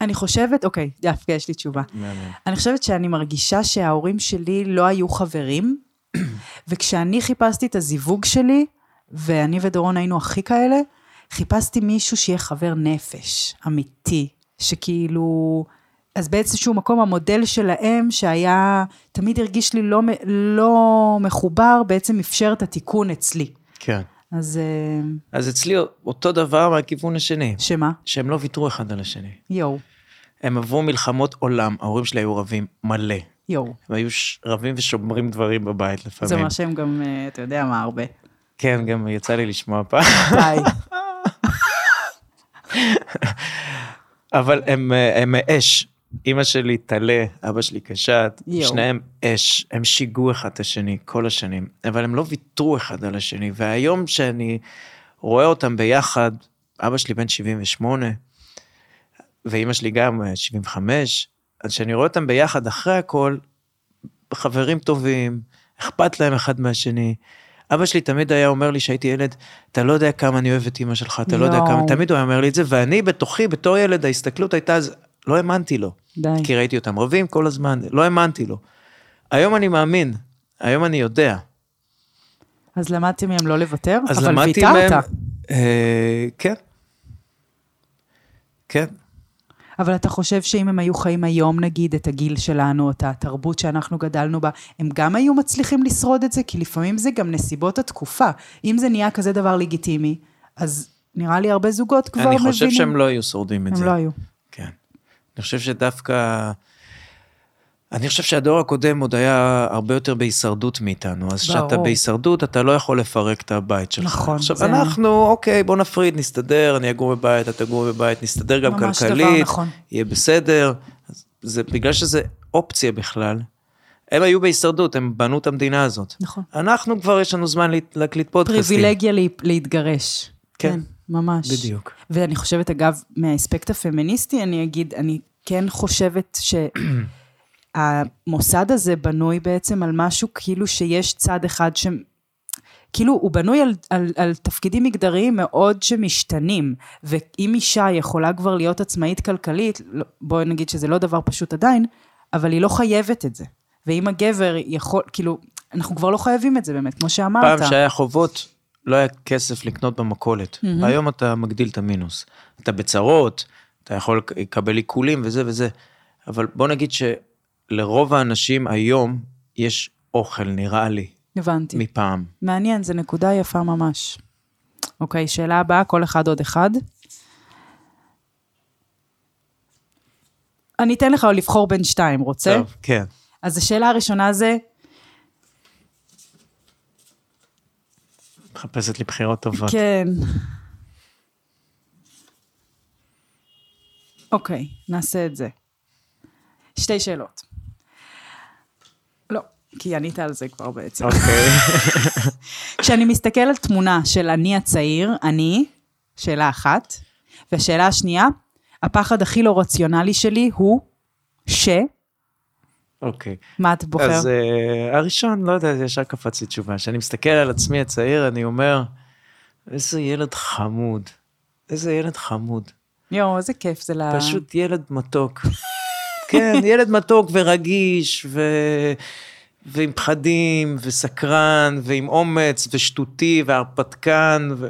אני חושבת, אוקיי, דווקא יש לי תשובה. מהמם. אני חושבת שאני מרגישה שההורים שלי לא היו חברים, וכשאני חיפשתי את הזיווג שלי, ואני ודורון היינו הכי כאלה, חיפשתי מישהו שיהיה חבר נפש, אמיתי, שכאילו... אז באיזשהו מקום המודל שלהם, שהיה, תמיד הרגיש לי לא, מ- לא מחובר, בעצם אפשר את התיקון אצלי. כן. אז אה, אז אצלי אותו דבר מהכיוון השני, שמה? שהם לא ויתרו אחד על השני. יואו, הם עברו מלחמות עולם, ההורים שלי היו רבים מלא. יואו. הם היו ש- רבים ושומרים דברים בבית לפעמים. זה מה שהם גם, אה, אתה יודע מה, הרבה. כן, גם יצא לי לשמוע פעם. די. אבל הם, אה, הם אש. אימא שלי טלה, אבא שלי קשת, יואו. שניהם אש, הם שיגעו אחד את השני כל השנים, אבל הם לא ויתרו אחד על השני, והיום שאני רואה אותם ביחד, אבא שלי בן 78, ואימא שלי גם אה, 75, אז כשאני רואה אותם ביחד אחרי הכל, חברים טובים, אכפת להם אחד מהשני. אבא שלי תמיד היה אומר לי שהייתי ילד, אתה לא יודע כמה אני אוהב את אימא שלך, אתה לא יודע יואו. כמה, תמיד הוא היה אומר לי את זה, ואני בתוכי, בתור ילד, ההסתכלות הייתה אז, לא האמנתי לו. די. כי ראיתי אותם רבים כל הזמן, לא האמנתי לו. היום אני מאמין, היום אני יודע. אז למדתי מהם לא לוותר, אז אבל למדתי ויתרת. מהם... אה, כן. כן. אבל אתה חושב שאם הם היו חיים היום, נגיד, את הגיל שלנו, את התרבות שאנחנו גדלנו בה, הם גם היו מצליחים לשרוד את זה? כי לפעמים זה גם נסיבות התקופה. אם זה נהיה כזה דבר לגיטימי, אז נראה לי הרבה זוגות כבר אני מבינים. חושב לא- שהם לא היו שורדים את הם זה. לא היו. כן. אני חושב שדווקא אני חושב שהדור הקודם עוד היה הרבה יותר בהישרדות מאיתנו. אז כשאתה ברור. בהישרדות, אתה לא יכול לפרק את הבית שלך. נכון, עכשיו, זה- אנחנו, אוקיי, בוא נפריד, נסתדר, אני אגור בבית, אתה תגור בבית, נסתדר גם ממש דבר כלכלית, נכון. יהיה בסדר. אז זה בגלל שזה אופציה בכלל. הם היו בהישרדות, הם בנו את המדינה הזאת. נכון. אנחנו כבר, יש לנו זמן להת- להקליט פודקאסטים. פריבילגיה לה, להתגרש. אוקיי. כן. ממש. בדיוק. ואני חושבת, אגב, מהאספקט הפמיניסטי, אני אגיד, אני כן חושבת שהמוסד הזה בנוי בעצם על משהו כאילו שיש צד אחד ש... כאילו, הוא בנוי על, על, על תפקידים מגדריים מאוד שמשתנים, ואם אישה יכולה כבר להיות עצמאית כלכלית, לא- בואי נגיד שזה לא דבר פשוט עדיין, אבל היא לא חייבת את זה. ואם הגבר יכול, כאילו, אנחנו כבר לא חייבים את זה באמת, כמו שאמרת. פעם שהיה חובות, לא היה כסף לקנות במכולת. היום אתה מגדיל את המינוס. אתה בצרות, אתה יכול לק- לקבל עיקולים וזה וזה. אבל בוא נגיד שלרוב האנשים היום יש אוכל, נראה לי, הבנתי. מפעם. מעניין, זו נקודה יפה ממש. אוקיי, שאלה הבאה, כל אחד עוד אחד. אני אתן לך לבחור בין שתיים, רוצה? טוב, כן. אז השאלה הראשונה זה, מחפשת לי בחירות טובות. כן. אוקיי, נעשה את זה. שתי שאלות. לא, כי ענית על זה כבר בעצם. אוקיי. כשאני מסתכל על תמונה של אני הצעיר, אני, שאלה אחת, והשאלה השנייה, הפחד הכי לא רציונלי שלי הוא ש... אוקיי. מה את בוחר? אז uh, הראשון, לא יודע, ישר קפץ לי תשובה. כשאני מסתכל על עצמי הצעיר, אני אומר, איזה ילד חמוד. איזה ילד חמוד. יואו, איזה כיף זה ל... פשוט ילד מתוק. כן, ילד מתוק ורגיש, ו... ועם פחדים, וסקרן, ועם אומץ, ושטותי, והרפתקן, ו...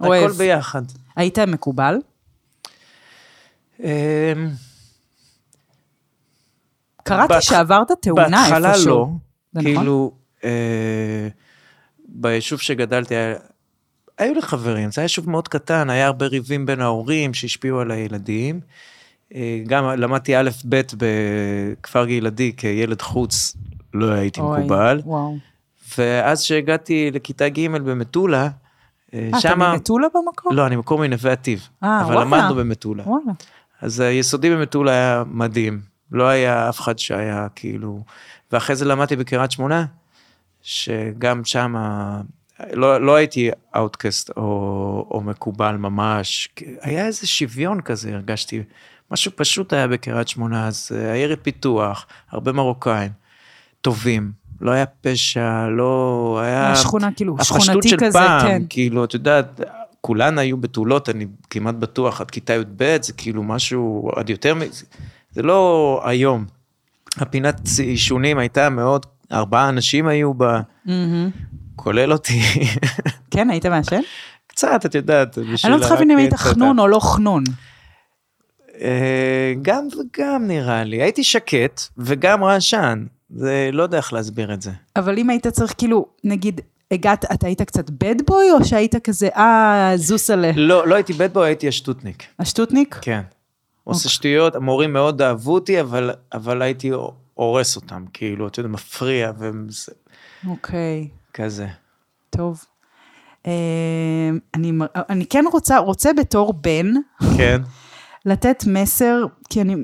אוהב. הכל ביחד. היית מקובל? אמ, קראתי בהתח- שעברת תאונה איפשהו. בהתחלה לא. זה נכון? כאילו, אה, ביישוב שגדלתי, היה- היו לי חברים, זה היה יישוב מאוד קטן, היה הרבה ריבים בין ההורים שהשפיעו על הילדים. אה, גם למדתי א', ב' בכפר גלעדי כילד חוץ, לא הייתי אוי, מקובל. וואו. אה, ואז כשהגעתי לכיתה ג' במטולה, אה, אה, אתה שמה... ממטולה במקום? לא, אני מקור מנווה עתיב, אה, אבל וואלה. למדנו במטולה. וואלה. אז היסודי במטולה היה מדהים, לא היה אף אחד שהיה כאילו... ואחרי זה למדתי בקריית שמונה, שגם שם, ה- לא, לא הייתי אאוטקאסט או, או מקובל ממש, היה איזה שוויון כזה, הרגשתי. משהו פשוט היה בקריית שמונה, אז אה, העיר פיתוח, הרבה מרוקאים, טובים. לא היה פשע, לא היה... השכונה, כאילו, הפשטות שכונתי של כזה, פעם, כן. כאילו, את יודעת, כולן היו בתולות, אני כמעט בטוח, עד כיתה י"ב, זה כאילו משהו עד יותר מ... זה לא היום. הפינת עישונים הייתה מאוד, ארבעה אנשים היו בה, מהמם. כולל אותי. כן, היית מעשן? קצת, את יודעת, אני לא צריכה להבין אם היית חנון או לא חנון. אה, גם וגם נראה לי. הייתי שקט וגם רעשן. זה, לא יודע איך להסביר את זה. אבל אם היית צריך, כאילו, נגיד, הגעת, אתה היית קצת בד בוי, או שהיית כזה, אה, זוסלה, לא, לא הייתי בד בוי, הייתי השטוטניק. השטוטניק? כן. עושה שטויות, המורים מאוד אהבו אותי, אבל, אבל הייתי הורס אותם, כאילו, אתה יודע, מפריע אוקיי, וכזה. טוב. אמ, אני, מ- אני כן רוצה, רוצה בתור בן, כן. לתת מסר, כי אני,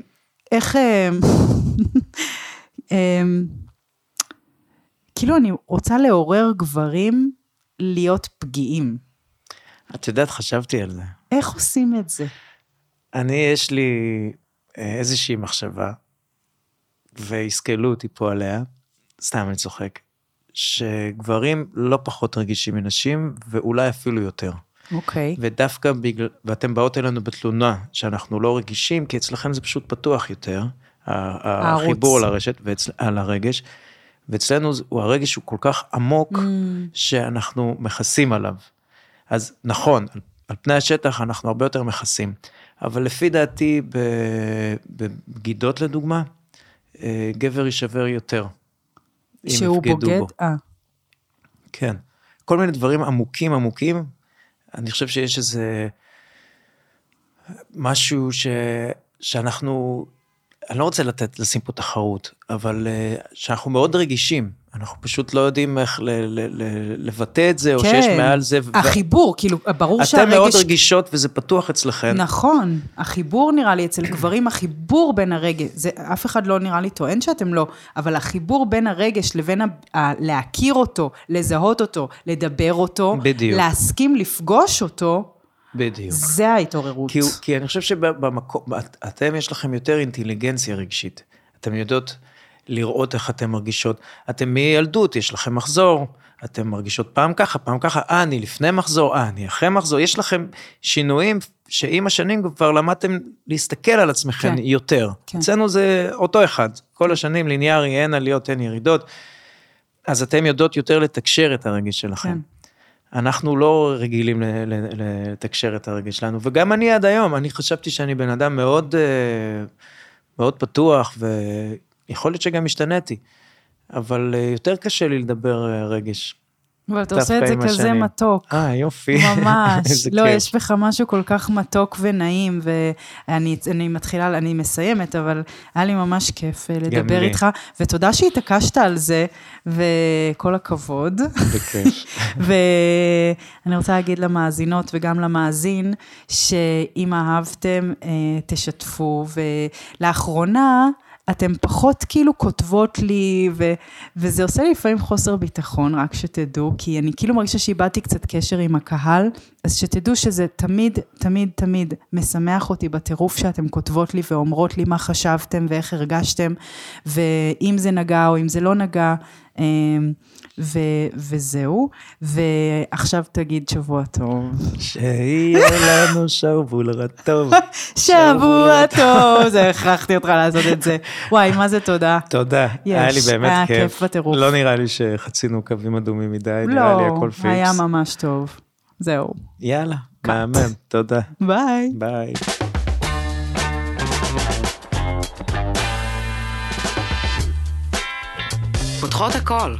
איך, אמ, אמ, כאילו אני רוצה לעורר גברים להיות פגיעים. את יודעת, חשבתי על זה. איך עושים את זה? אני, יש לי אה, איזושהי מחשבה, ויסכלו אותי פה עליה, סתם אני צוחק, שגברים לא פחות רגישים מנשים, ואולי אפילו יותר. אוקיי. ודווקא בגלל, ואתם באות אלינו בתלונה שאנחנו לא רגישים, כי אצלכם זה פשוט פתוח יותר, ה- ה- הערוץ. החיבור לרשת ועל הרגש, ואצלנו זה- הוא- הרגש הוא כל כך עמוק, Mm. שאנחנו מכסים עליו. אז נכון, על, על פני השטח אנחנו הרבה יותר מכסים, אבל לפי דעתי, ב- בבגידות לדוגמה, אה, גבר יישבר יותר. אם שהוא יבגדו בוגד? בו. אה, כן. כל מיני דברים עמוקים עמוקים. אני חושב שיש איזה משהו ש... שאנחנו אני לא רוצה לתת, לשים פה תחרות, אבל אה, שאנחנו מאוד רגישים, אנחנו פשוט לא יודעים איך ל- ל- ל- לבטא את זה, או שיש מעל זה. ו- כן. החיבור, כאילו, ברור אתן מאוד שהרגש... רגישות וזה פתוח אצלכם. נכון, החיבור נראה לי, אצל גברים החיבור בין הרגש, זה, אף אחד לא נראה לי טוען שאתם לא, אבל החיבור בין הרגש לבין ה, ה, להכיר אותו, לזהות אותו, לדבר אותו, בדיוק. להסכים לפגוש אותו, בדיוק. זה ההתעוררות. כן. כי, הוא- כי אני חושב שבמקום, את- אתם יש לכם יותר אינטליגנציה רגשית. אתם יודעות לראות איך אתן מרגישות. אתם מילדות, יש לכם מחזור, אתן מרגישות פעם ככה, פעם ככה, אה, אני לפני מחזור, אה, אני אחרי מחזור. יש לכם שינויים שעם השנים כבר למדתם להסתכל על עצמכם כן. כן. יותר. כן. כן. אצלנו זה אותו אחד. כל השנים ליניארי, אין עליות, אין ירידות. אז אתן יודעות יותר לתקשר את הרגש שלכם. כן. כן. אנחנו לא רגילים ל- ל- ל- לתקשר את הרגש שלנו, וגם אני עד היום, אני חשבתי שאני בן אדם מאוד, אה, מאוד פתוח, ויכול להיות שגם השתניתי, אבל אה, יותר קשה לי לדבר אה, רגש. אבל אתה דווקא עושה את זה עם כזה השנים. מתוק. אה, יופי. ממש, איזה לא, כיף. יש בך משהו כל כך מתוק ונעים, ואני אני מתחילה, אני מסיימת, אבל היה לי ממש כיף אה, לדבר לי. איתך, ותודה שהתעקשת על זה, וכל הכבוד. בכיף. ואני רוצה להגיד למאזינות וגם למאזין, שאם אהבתם, אה, תשתפו, ולאחרונה... אתם פחות כאילו כותבות לי, ו, וזה עושה לי לפעמים חוסר ביטחון, רק שתדעו, כי אני כאילו מרגישה שאיבדתי קצת קשר עם הקהל, אז שתדעו שזה תמיד, תמיד, תמיד משמח אותי בטירוף שאתם כותבות לי ואומרות לי מה חשבתם ואיך הרגשתם, ואם זה נגע או אם זה לא נגע, אה, ו, וזהו. ועכשיו תגיד שבוע טוב. שיהיה לנו שרוול רטוב. שבוע טוב, זה הכרחתי אותך לעשות את זה. וואי, מה זה תודה. תודה, היה לי יש, באמת היה כיף. כיף בטירוף. לא נראה לי שחצינו קווים אדומים מדי, נראה לי לא, הכל פיקס. היה ממש טוב. זהו. יאללה, מהמם, תודה, ביי. ביי. פותחות הכל.